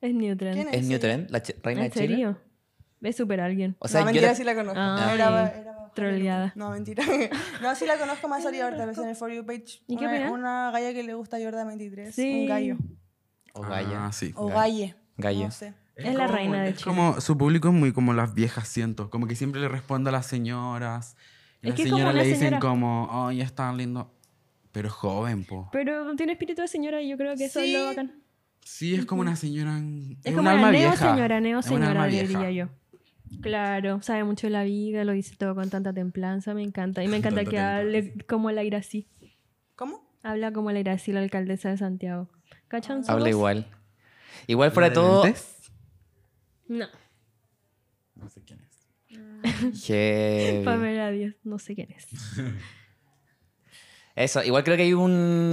Es Newtrend. ¿Quién ¿Es Newtrend? ¿La Ch- reina de ¿En Chile? serio? Es súper alguien. O sea, yo no, la- mentira, sí la conozco. Ay, Era- era- Ah, troleada. No, mentira. [laughs] No, sí la conozco, más salió ahorita, en el For You page. ¿Y qué una, opinas? una galla que le gusta a Jordan 23. Sí. Un gallo. O Gaia. Ah, sí. O Gallo. galle. Oh, Gallo. No sé. Es la reina de Oh, Es Chile. como su público es muy como las viejas, siento. Como que siempre le responde a las señoras. Es Y las que es como señoras una le dicen señora. como, ay, es tan lindo. Pero es joven, po. Pero tiene espíritu de señora y yo creo que eso es Sí. lo bacán. Sí, es como una señora. en- Es un como alma una neo vieja. señora, neo Es un alma señora, vieja. diría yo. Claro, sabe mucho de la vida, lo dice todo con tanta templanza, me encanta. Y me encanta Tanta que hable como la Irací. ¿Cómo? Habla como la Irací, la alcaldesa de Santiago. ¿Cachan? su Habla voz? igual. Igual fuera de ¿La de todo. lentes? No, No sé quién es. Eh. heavy. Pamela Díaz, no sé quién es. Eso, igual creo que hay un.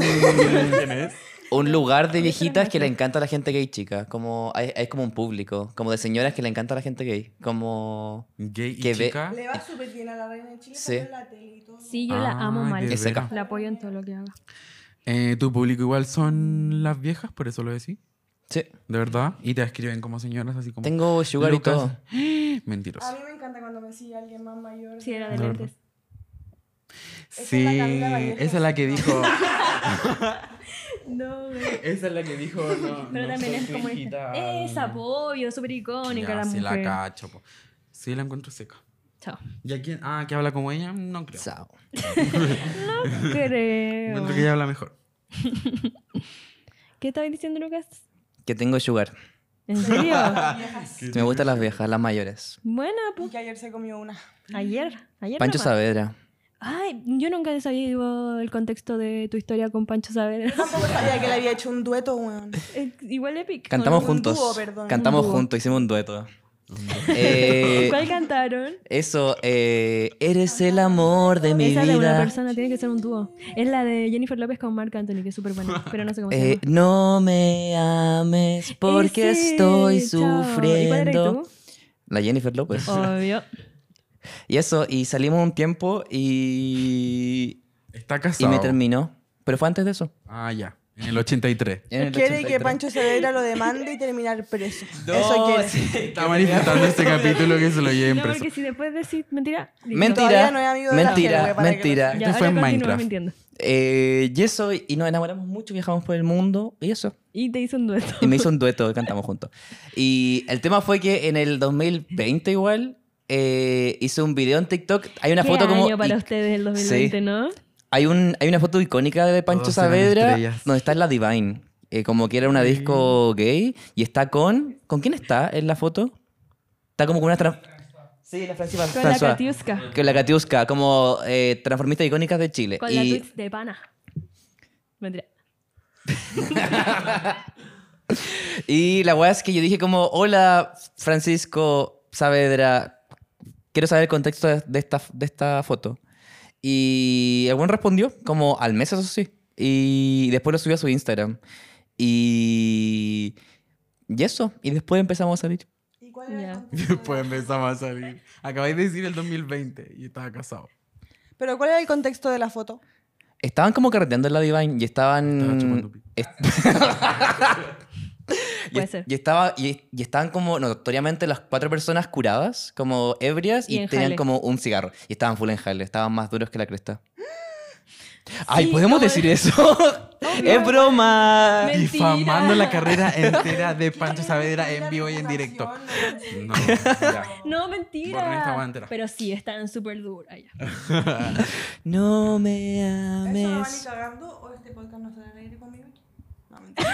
Un lugar de viejitas que le encanta a la gente gay, chica. Como, hay, hay como un público. Como de señoras que le encanta a la gente gay. Como. Gay y Que ve- chica. Le va súper bien a la reina de Chile, Sí. salió en la tele y todo. Sí, yo la amo Ay, mal. de Que seca. La apoyo en todo lo que haga. Eh, tu público igual son las viejas, por eso lo decís. Sí. De verdad. Y te escriben como señoras, así como. Tengo sugar y Lucas. todo. A Mentiroso. mí me encanta cuando me sigue alguien más mayor. Sí, era de No, lentes. Sí, la Camila Vallejo. esa es la que dijo. No, güey. esa es la que dijo. No, Pero también es como esta. Esa, apoyo, súper icónica la Sí, mujer. la cacho. po. Sí, la encuentro seca. Chao. ¿Y a quién? Ah, que habla como ella, no creo. Chao. [laughs] Creo. Encuentro que ella habla mejor. ¿Qué estabas diciendo, Lucas? Que tengo sugar. ¿En [laughs] serio? Me gustan las viejas, las mayores. Buena, Y pues. que ayer se comió [laughs] una. Ayer, ayer. Pancho nomás. Saavedra. Ay, yo nunca he sabido el contexto de tu historia con Pancho Saavedra. [laughs] Tampoco sabía que le había hecho un dueto, weón. Es Igual épico. Cantamos un juntos. dúo, perdón, Cantamos un dúo. juntos, hicimos un dueto. Eh, ¿Cuál cantaron? eso, eh, eres el Ah, amor de mi Esa de una vida. persona tiene que ser un dúo. Es la de Jennifer López con Marc Anthony, que es súper buena, pero no sé cómo se Eh, llama. no me Eh, ames porque Ese, estoy chao. ¿Y cuál eres sufriendo. tú? La Jennifer López. Oh. Obvio. Y eso, y salimos un tiempo y, Está y casado. me terminó. Pero fue antes de eso. Ah, ya. En el 83. [laughs] En el Quiere que 83. Pancho Saavedra lo demande y terminar preso. [laughs] No, Eso quiere. sí, que Estamos [laughs] disfrutando este capítulo que se lo lleven No, [laughs] preso. porque si después decís mentira. listo. Mentira, Todavía no es amigo de la mentira, gente, para que mentira. Ya, Este fue ahora continúa Minecraft. mintiendo. Eh, y eso, y nos enamoramos mucho, viajamos por el mundo, y eso. Y te hizo un dueto. Y me hizo un dueto, [laughs] y cantamos juntos. Y el tema fue que en el 2020 igual, eh, hice un video en TikTok. Hay una Qué foto como... año para ic- ustedes el 2020, Sí. ¿no? Hay, un, hay una foto icónica de Pancho Todos eran Saavedra estrellas. donde está en la Divine. eh, como que era una disco gay. Y está con... ¿Con quién está en la foto? Está como con una... tran- Sí, la Francis Con la François. Katiuska. Con la Katiuska, como eh, transformista icónica de Chile. Con la Eh, y Twix de pana. Mentira. Y la weá es que yo dije como, hola Francisco Saavedra, quiero saber el contexto de de esta, de esta foto. Y el buen respondió como al mes, eso sí. Y después lo subió a su Instagram. Y... Y eso, y después empezamos a salir. ¿Y cuál era el Ya. contexto? Después empezamos a salir. Acabáis de decir el 2020 y estaba casado. Pero ¿cuál era el contexto de la foto? Estaban como carreteando en la Divine y Mm. Estaba chupando estaban... pico. Y, Puede ser. y estaba, y, y estaban como notoriamente las cuatro personas curadas, como ebrias, Y y, en tenían jale. como un cigarro. Y estaban full en jale, estaban más duros que la [gasps] cresta. Ay, Sí, ¿podemos como- decir [laughs] eso? [laughs] es broma. Me- Mentira. Difamando [laughs] la carrera entera de Pancho Saavedra en vivo y en directo. No, ya. No, Borré esta guá mentira. entera. Pero sí, están súper duras. ya. No me ¿Eso no vale ames. cagando o este podcast no será alegre conmigo? No, mentira.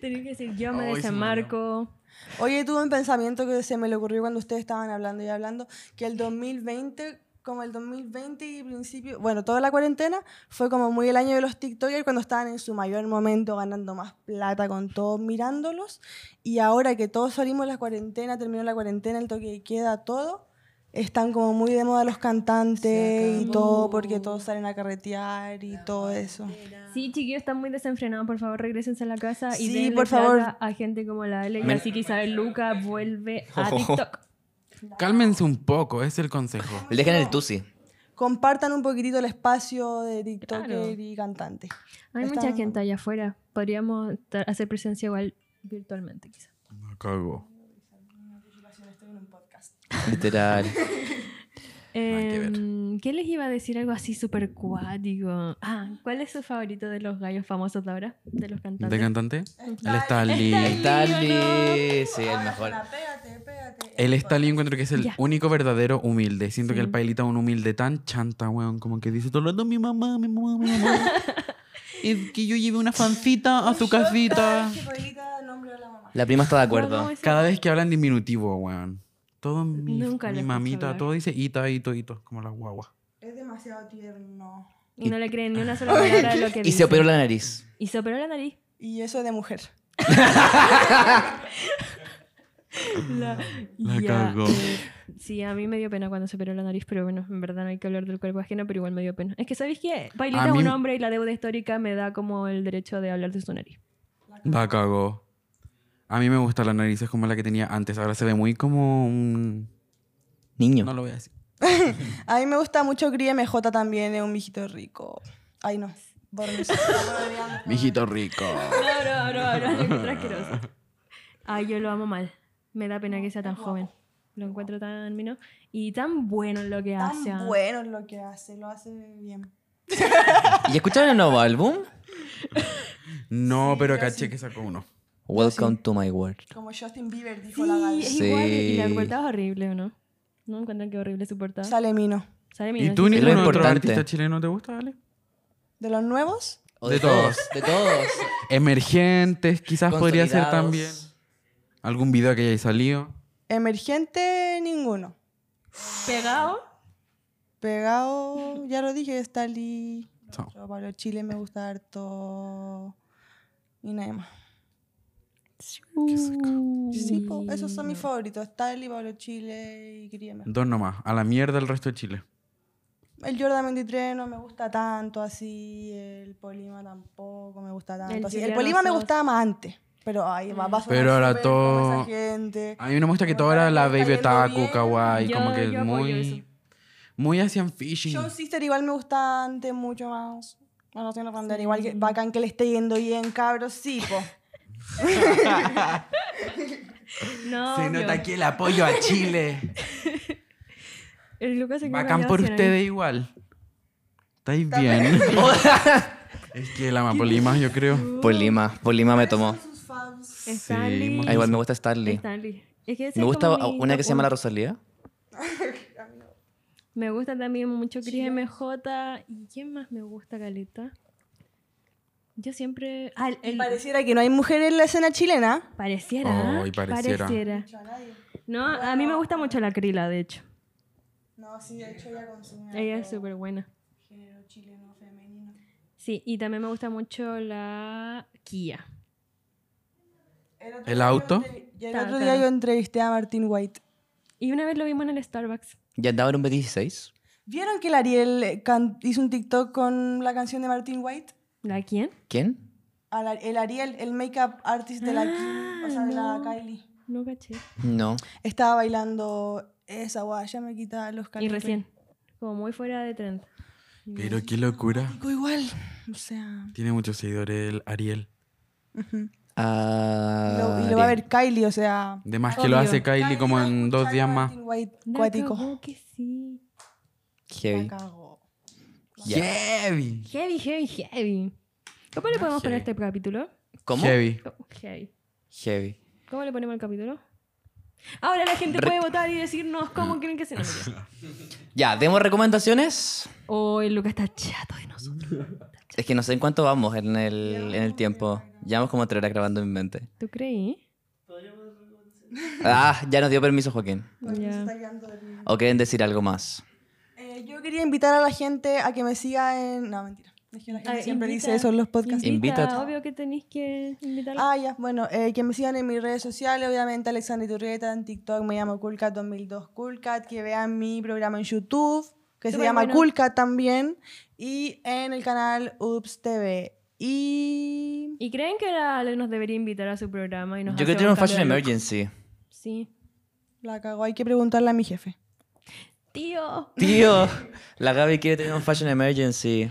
Tenés que decir, yo me Ay, se me desenmarco. [laughs] Oye, tuve un pensamiento que se me le ocurrió cuando ustedes estaban hablando y hablando, que el 2020, como el 2020 y principio, bueno, toda la cuarentena, fue como muy el año de los TikTokers cuando estaban en su mayor momento ganando más plata con todos mirándolos. Y ahora que todos salimos de la cuarentena, terminó la cuarentena, el toque de queda, todo, están como muy de moda los cantantes y todo, porque todos salen a carretear y todo eso. Sí, chiquillos, están muy desenfrenados. Por favor, regresense a la casa y Sí, denle por favor. plata a gente como la Ale. Y Men- así que Isabel Luca vuelve a TikTok. Cálmense un poco, es el consejo. Dejen el tusi. Compartan un poquitito el espacio de TikToker Claro. y cantante. Hay Está- mucha gente allá afuera. Podríamos estar- hacer presencia igual virtualmente, quizás. Me cago. [laughs] Literal. que ver. Em, ¿Qué les iba a decir algo así súper cuático? Ah, ¿cuál es su favorito de los gallos famosos de ahora? De los ¿De cantantes. cantante? El [laughs] Stalin. Dale. Sí, el mejor. Pégate, pégate. El Stalin encuentro que es el Ya. único verdadero humilde. Siento que Sí. el Pailita es un humilde tan chanta, weón. Como que dice todo el rato, mi mamá, mi mamá, mi mamá. [laughs] es que yo llevé una fancita a su casita. La prima está de acuerdo. ¿Cómo es? Cada vez que hablan diminutivo, weón. Todo mi, Nunca lo mi escucho mamita, hablar. todo dice ita, ito, ito, como la guagua. Es demasiado tierno. Y no le creen ni una sola palabra de lo que Y se dice. operó la nariz. Y se operó la nariz. Y eso de mujer. La, La ya, cagó. eh, sí, a mí me dio pena cuando se operó la nariz, pero bueno, en verdad no hay que hablar del cuerpo ajeno, pero igual me dio pena. Es que, ¿sabéis qué? Pailita A es mí- un hombre y la deuda histórica me da como el derecho de hablar de su nariz. La cagó. A mí me gusta la nariz, es como la que tenía antes. Ahora se ve muy como un... Niño. No lo voy a decir. A mí me gusta mucho Crie MJ también, es un mijito rico. Ay, no. Borre eso. [laughs] Mijito rico. No, no, no, [laughs] no, asqueroso. Ay, yo lo amo mal. Me da pena que sea tan joven. Lo encuentro tan mino y tan bueno en lo que hace. ah. Tan bueno es lo que hace, lo hace bien. ¿Y escucharon el nuevo álbum? ¿Ah, No, pero caché que sacó uno. Welcome to my world. Como Justin Bieber dijo la Sí, Gaby. es igual. Y la Sí. portada es horrible, ¿o no? ¿No encuentran que horrible su portada? Sale Mino. Sale mi ¿Y tú sí. ni Es lo otro importante. artista chileno te gusta, Ale? ¿De los nuevos? O De todos. De todos. Emergentes, quizás podría ser Consolidados. también. Algún video que hayáis salido. Emergente, ninguno. pegado? Pegado, ya lo dije, Stali. Chao. Yo, Pablo Chile me gusta harto. Y nada más. Sí, po, esos son mis favoritos. Stali, Pablo Chile y Críeme. Dos nomás. A la mierda el resto de Chile. El Jordan 23 no me gusta tanto así, el Polima tampoco me gusta tanto El así. El Juliano Polima me Sos. gustaba más antes, pero ay, va, va a sonar Pero ahora súper como esa todo- gente. A mí me muestra que Como todo era para la que está baby yendo otaku, bien. kawaii, Yo- como que yo apoyo muy... eso. Muy hacían fishing. Show Sister igual me gusta antes mucho más. No, no van a dar igual que bacán que le esté yendo bien, cabros, sí, po. No, Se obvio. nota aquí el apoyo a Chile. El Lucas se quedó Bacán callado, por si no- ustedes igual. ¿Estáis [laughs] bien? es que la Mapolima, yo creo. Polima, Polima pues me tomó. Stanley. Sí, Ah, igual me gusta Starly. Stanley. Es que ese Me es gusta como mi una que top se llama uno. La Rosalía. Me gusta también mucho Chris MJ. ¿Y quién más me gusta, Caleta? Yo siempre. Ah, [laughs] el- el- Pareciera que no hay mujeres en la escena chilena. Pareciera. ¿ah? Ay, Oh, pareciera. No, a mí me gusta mucho la Crila, de hecho. No, sí, de hecho ella consume Ella es súper buena. género chileno femenino. Sí, y también me gusta mucho la Kia. otro ¿El auto? Y el Ta, otro ta. día yo entrevisté a Martín White. y Y una vez lo vimos en el Starbucks. Ya andaba en un B16. ¿Vieron que el Ariel eh, can- hizo un TikTok con la canción de Martín White? ¿La quién? ¿Quién? Al- el Ariel, el makeup artist de la, Kim, o sea, de la Kylie. Ah, No caché. No. Estaba bailando esa guay, ya me quita los Y calientes. recién. Como muy fuera de trend. Pero qué locura. Digo, igual. O sea. Tiene muchos seguidores el Ariel. Ah, lo- y lo va a ver Kylie, o sea. De más que lo Obvio. hace Kylie como en dos días más. Martín White, La cuático. cagó que sí. Heavy. Cago. Ya. Heavy. Heavy, heavy, heavy. ¿Cómo le podemos poner Heavy. este capítulo? ¿Cómo? Heavy. Oh, heavy. Heavy. ¿Cómo le ponemos el capítulo? Ahora la gente Re- puede votar y decirnos cómo quieren que se nos [laughs] diga. Ya, ¿demos recomendaciones? Oh, el Lucas está chato de nosotros. Es que no sé en cuánto vamos en el, en el tiempo. Llevamos como tres horas grabando en mi mente. ¿Tú creí? Ah, ya nos dio permiso Joaquín. Ya. ¿O quieren decir algo más? Eh, yo quería invitar a la gente a que me siga en. No, mentira. Es que la gente Ah, siempre invita- dice eso en los podcasts. Invita. Invita, obvio que tenéis que invitar. Ah, ya, bueno, eh, que me sigan en mis redes sociales, obviamente Alexandra Iturrieta, en TikTok me llamo Coolcat2002 Coolcat, que vean mi programa en YouTube, que se Súper llama bueno. Coolcat también, y en el canal Ups TV. Y... ¿Y creen que la Ale nos debería invitar a su programa? Y nos Yo hace quiero tener un cambio Fashion de look? Emergency. Sí. La cago, hay que preguntarle a mi jefe. Tío. Tío, la Gaby quiere tener un Fashion Emergency.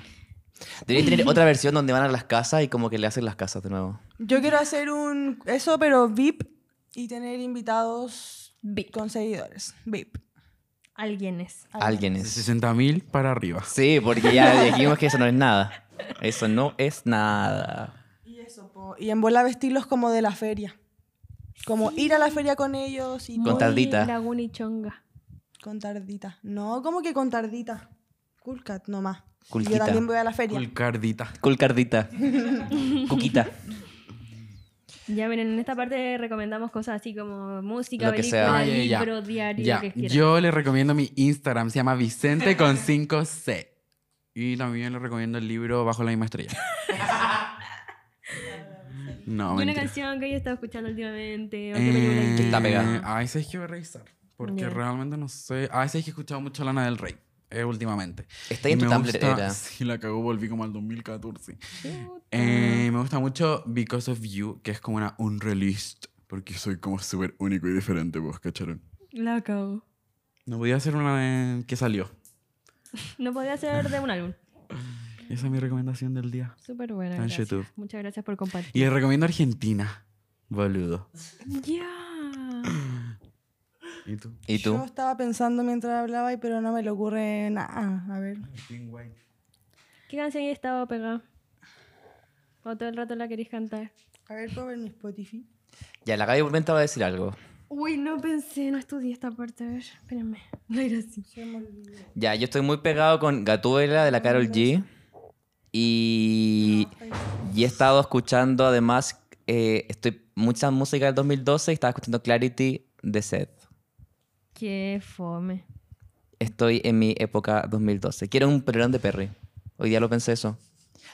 Debería tener otra versión donde van a las casas y como que le hacen las casas de nuevo. Yo quiero hacer un... eso, pero VIP, y tener invitados VIP. con seguidores. VIP. Alguien es. Alguien es. 60 mil para arriba. Sí, porque ya dijimos que eso no es nada. Eso no es nada. Y eso, po, y en bola vestirlos como de la feria. Como ir a la feria con ellos y Con todo. tardita. Laguna y chonga. Con tardita. No, ¿cómo que con tardita? Coolcat nomás. Y Culquita. Yo también voy a la feria. Pulcardita. Culcardita. Cuquita. Ya miren, en esta parte recomendamos cosas así como música, Lo que sea. película, Ah, ya, ya. libro, diario, Ya, lo que quieran. yo le recomiendo mi Instagram, se llama Vicente con 5C. Y también le recomiendo el libro Bajo la misma estrella. No, Y una Oh, mentira. canción que yo he estado escuchando últimamente. o qué película Eh, que- Está pegada. Ah, A veces hay que voy a revisar, porque Ya. realmente no sé. A veces es que he escuchado mucho a Lana del Rey, eh, últimamente. Está ahí en tu Me Tumblr gusta- era. [laughs] Sí, la cagó, volví como al 2014. Ah, Ah. Eh, me gusta mucho Because of You, que es como una unreleased, porque soy como súper único y diferente, vos, ¿cacharon? La acabo. No podía hacer una eh, que salió. No podía ser de un álbum. Esa es mi recomendación del día. Súper buena. Está en gracias. YouTube. Muchas gracias por compartir. Y les recomiendo Argentina, boludo. Ya. ¿Y tú? ¿Y Yo tú? estaba pensando mientras hablaba, y- pero no me le ocurre nada. A ver. ¿Qué canción he estado pegada? ¿O todo el rato la queréis cantar? A ver, puedo ver mi Spotify. Ya, la Gaby Burmenta va a decir algo. Uy, no pensé, no estudié esta parte. A ver, espérenme. [laughs] No era así. Ya, yo estoy muy pegado con Gatuela de la Carol G. Y, y he estado escuchando además, eh, estoy mucha música del 2012 y estaba escuchando Clarity de Seth. Qué fome. Estoy en mi época 2012. Quiero un perrón de Perry. Hoy día lo pensé eso.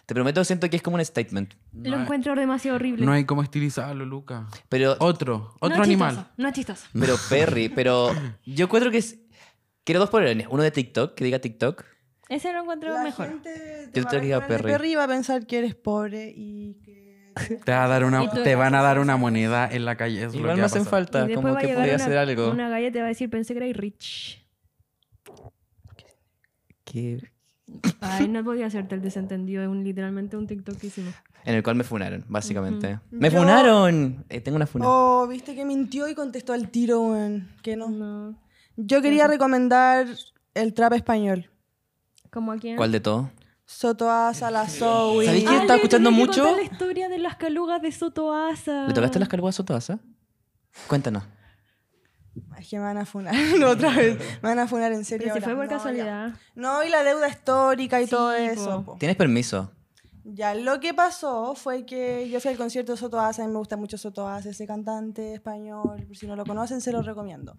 Te prometo, siento que es como un statement. Lo encuentro demasiado horrible. No hay cómo estilizarlo, Luca. Pero, Oh. Otro, No otro es animal. chistoso, No es chistoso. [laughs] pero Perry, pero yo encuentro que es... Quiero dos polerones. Uno de TikTok, que diga TikTok. Ese lo encuentro La mejor. gente Yo va te digo a ver Perry. de Perry va a pensar que eres pobre y que... [laughs] Te, va a dar una, Y tú- te van a dar una moneda en la calle. eso es lo Igual que me va a hacen pasar. Y falta, después como va a que llegar podría una, hacer algo. Una galla te va a decir, pensé que erais rich. Qué Ay, no podía hacerte el desentendido. Es un, literalmente un TikTok que hicimos. En el cual me funaron, básicamente. ¡Me Yo- funaron! Eh, tengo una funa. Oh, viste que mintió y contestó al tiro, weón. Que no. No. Yo quería recomendar el trap español. ¿Como a quién? ¿Cuál de todo? Soto A, Salazowi. ¿Sabéis quién está le escuchando tenés que mucho? contar la historia de las calugas de Sotoasa. ¿Le tocaste las carguas a Sotoasa? Cuéntanos. Es que me van a funar [laughs] no, otra vez. Me van a funar en serio. Pero si fue ahora. por No, ya. casualidad. No, y la deuda histórica y Sí, todo po. eso. po. Tienes permiso. Ya, lo que pasó fue que yo fui al concierto de Soto Asa, a mí me gusta mucho Soto Asa, ese cantante español, por si no lo conocen, se lo recomiendo.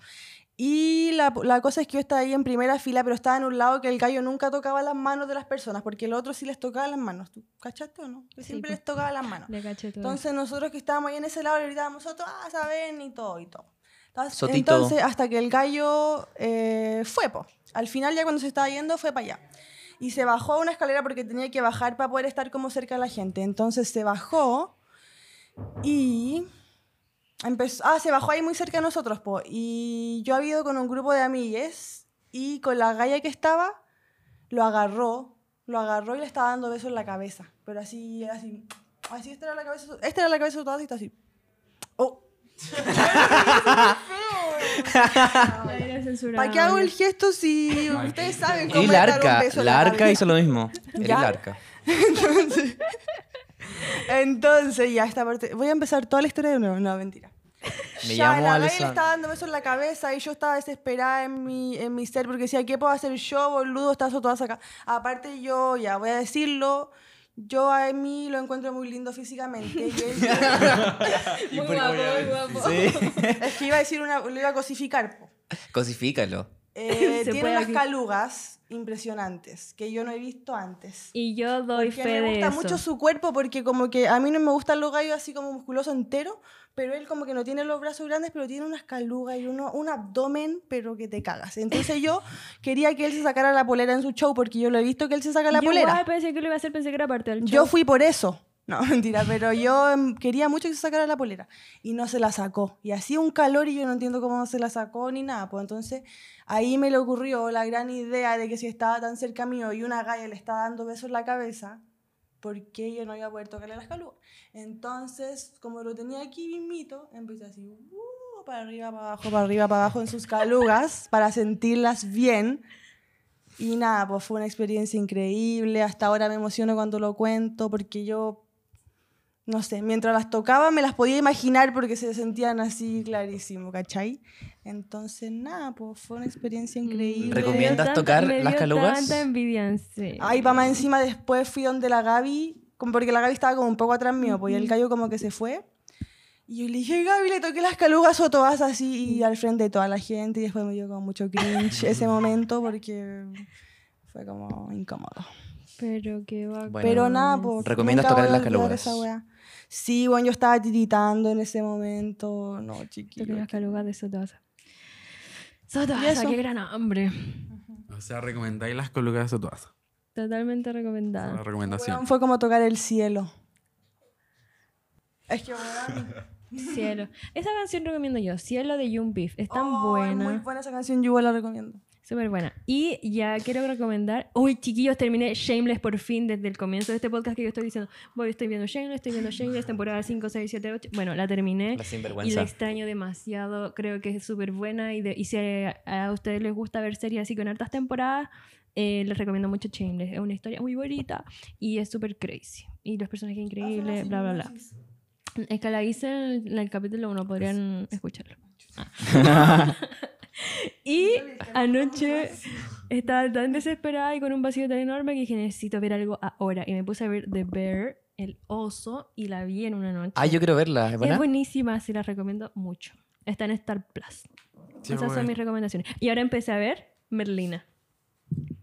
Y la, la cosa es que yo estaba ahí en primera fila, pero estaba en un lado que el gallo nunca tocaba las manos de las personas, porque el otro sí les tocaba las manos. ¿Tú cachaste o no? Que Sí, siempre po. les tocaba las manos. Le caché todo. Entonces nosotros que estábamos ahí en ese lado le gritábamos Soto Asa, ven y todo y todo. Entonces, Sotito. entonces, hasta que el gallo eh, fue, po. Al final ya cuando se estaba yendo fue para allá. Y se bajó a una escalera porque tenía que bajar para poder estar como cerca de la gente. Entonces se bajó y empezó, ah, se bajó ahí muy cerca de nosotros, po. Y yo había ido con un grupo de amigues y con la galla que estaba lo agarró, lo agarró y le estaba dando besos en la cabeza. Pero así, así, así, esta era la cabeza, esta era la cabeza de todas y está así. Oh. ¿Para qué hago el gesto si ustedes saben cómo Y es dar un Larca. beso en la Larca cabeza? hizo lo mismo. Eres Ya. Larca. Entonces, ya esta parte. Voy a empezar toda la historia de nuevo. No, mentira. Me ya, llamo la Gaby Alessandra. le estaba dando besos en la cabeza y yo estaba desesperada en mi, en mi ser porque decía, ¿qué puedo hacer yo, boludo? Estás o todas acá. Aparte, yo, ya voy a decirlo, yo a mí lo encuentro muy lindo físicamente. y [laughs] él- Muy guapo, muy guapo. es que iba a decir una, lo iba a cosificar. [laughs] po. Cosifícalo. Eh, Se tiene puede unas aquí. calugas impresionantes que yo no he visto antes. Y yo doy Porque fe me de gusta eso. mucho su cuerpo porque como que a mí no me gustan los gallos así como musculosos enteros, pero él como que no tiene los brazos grandes, pero tiene unas calugas y uno, un abdomen, pero que te cagas. Entonces yo quería que él se sacara la polera en su show porque yo lo he visto que él se saca la yo polera. igual pensé que lo iba a hacer, pensé que era parte del show. Yo fui por eso. No, [laughs] mentira, pero yo em, quería mucho que se sacara la polera y no se la sacó. Y hacía un calor y yo no entiendo cómo no se la sacó ni nada. Pues entonces ahí me le ocurrió la gran idea de que si estaba tan cerca mío y una galla le estaba dando besos en la cabeza, ¿por qué yo no iba a poder tocarle las calugas? Entonces, como lo tenía aquí mismito, empecé así, uh, para arriba, para abajo, para arriba, para abajo en sus calugas para sentirlas bien. Y nada, pues fue una experiencia increíble. Hasta ahora me emociono cuando lo cuento porque yo, no sé, mientras las tocaba me las podía imaginar porque se sentían así clarísimo, ¿cachai? Entonces, nada, pues fue una Mm. experiencia increíble. Recomienda- ¿Recomiendas Me dio tocar me las dio calugas? tanta envidia, sí. Ay, para más encima después fui donde la Gaby, como porque la Gaby estaba como un poco atrás mío, pues y el gallo como que se fue. Y yo le dije, Gaby, le toqué las calugas o todas así y al frente de toda la gente y después me dio como mucho [laughs] cringe ese momento porque fue como incómodo. Pero qué bacán. Bueno. Pero nada, pues. ¿Recomiendas nunca tocar voy a las olvidar calugas? esa weá. Sí, bueno, yo estaba tiritando en ese momento. No, Toqué chiquillo. las calugas de Sotoasa. ¿Y Sotoasa, eso? qué gran hambre. O sea, recomendáis las colugas de Sotoasa. Totalmente recomendada. La recomendación. Weón, fue como tocar el cielo. Es que, weón. [laughs] Cielo. Esa canción recomiendo yo, Cielo de Young Beef. Es tan oh, es buena. Muy buena esa canción, yo igual la recomiendo. Súper buena. Y ya quiero recomendar. Uy, chiquillos, terminé Shameless por fin desde el comienzo de este podcast que yo estoy diciendo. Voy, estoy viendo Shameless, estoy viendo Shameless, temporada 5, 6, 7, 8. Bueno, la terminé. La Y sinvergüenza. la extraño demasiado. Creo que es súper buena. Y, de- y si a, a ustedes les gusta ver series así con hartas temporadas, eh, les recomiendo mucho Shameless. Es una historia muy bonita y es súper crazy. Y los personajes increíbles, bla, bla, bla. Es que la hice en el, en el capítulo 1, podrían escucharlo. Ah. [laughs] y anoche estaba tan desesperada y con un vacío tan enorme que dije, necesito ver algo ahora. Y me puse a ver The Bear, el oso, y la vi en una noche. Ah, yo quiero verla. ¿Es buena? Es buenísima, se la recomiendo mucho. Está en Star Plus. Sí, Esas bueno. son mis recomendaciones. Y ahora empecé a ver Merlina.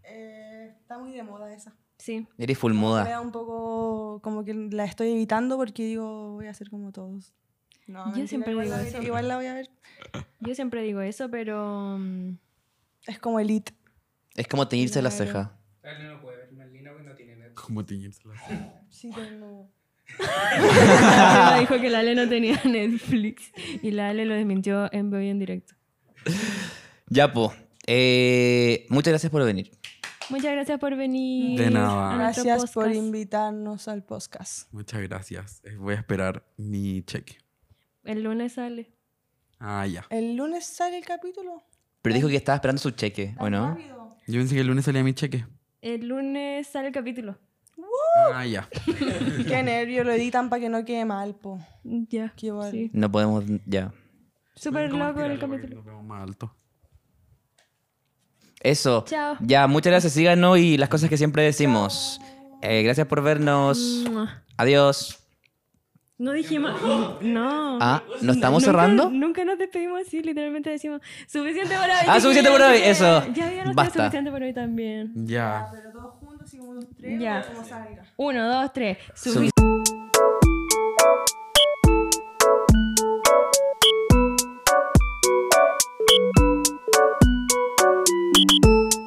Eh, está muy de moda esa. Sí. Eres full Me muda. da un poco como que la estoy evitando porque digo, voy a hacer como todos. No, Yo siempre igual la digo veré, eso. Igual la voy a ver. Yo siempre digo eso, pero. mm, [laughs] Es como Elite. Es como teñirse la Claro. ceja. Carla no puede ver Merlina porque no tiene Netflix. Como tiñirse las cejas. Sí, tengo. la Ale dijo que la Ale no tenía [laughs] Netflix. Y la Ale lo desmintió en vivo y en directo. Ya, po. Eh, muchas gracias por venir. Muchas gracias por venir. De nada. a nuestro Gracias por podcast. invitarnos al podcast. Muchas gracias. Eh, Voy a esperar mi cheque. El lunes sale. Ah, ya. ¿El lunes sale el capítulo? Pero dijo que estaba esperando su cheque, ¿o no? Yo pensé que el lunes salía mi cheque. El lunes sale el capítulo. Ah, ya. Qué nervio, lo editan para que no quede mal, po. Ya. Qué bueno. sí. No podemos, ya. Súper Vamos a loco el tirarlo para que capítulo. nos veamos más alto. Eso. Chao. Ya, muchas gracias, síganos y las cosas que siempre decimos. Eh, gracias por vernos. Mua. Adiós. No dijimos. [laughs] No. Ah, ¿nos estamos Nunca- cerrando? Nunca nos despedimos así, literalmente decimos suficiente por hoy. Ah, suficiente por hoy, eso. [laughs] Ya habíamos Basta. tenido suficiente por hoy también. Ya. Pero todos juntos, y unos Ya. Uno, dos, tres. Sufic- Suficiente.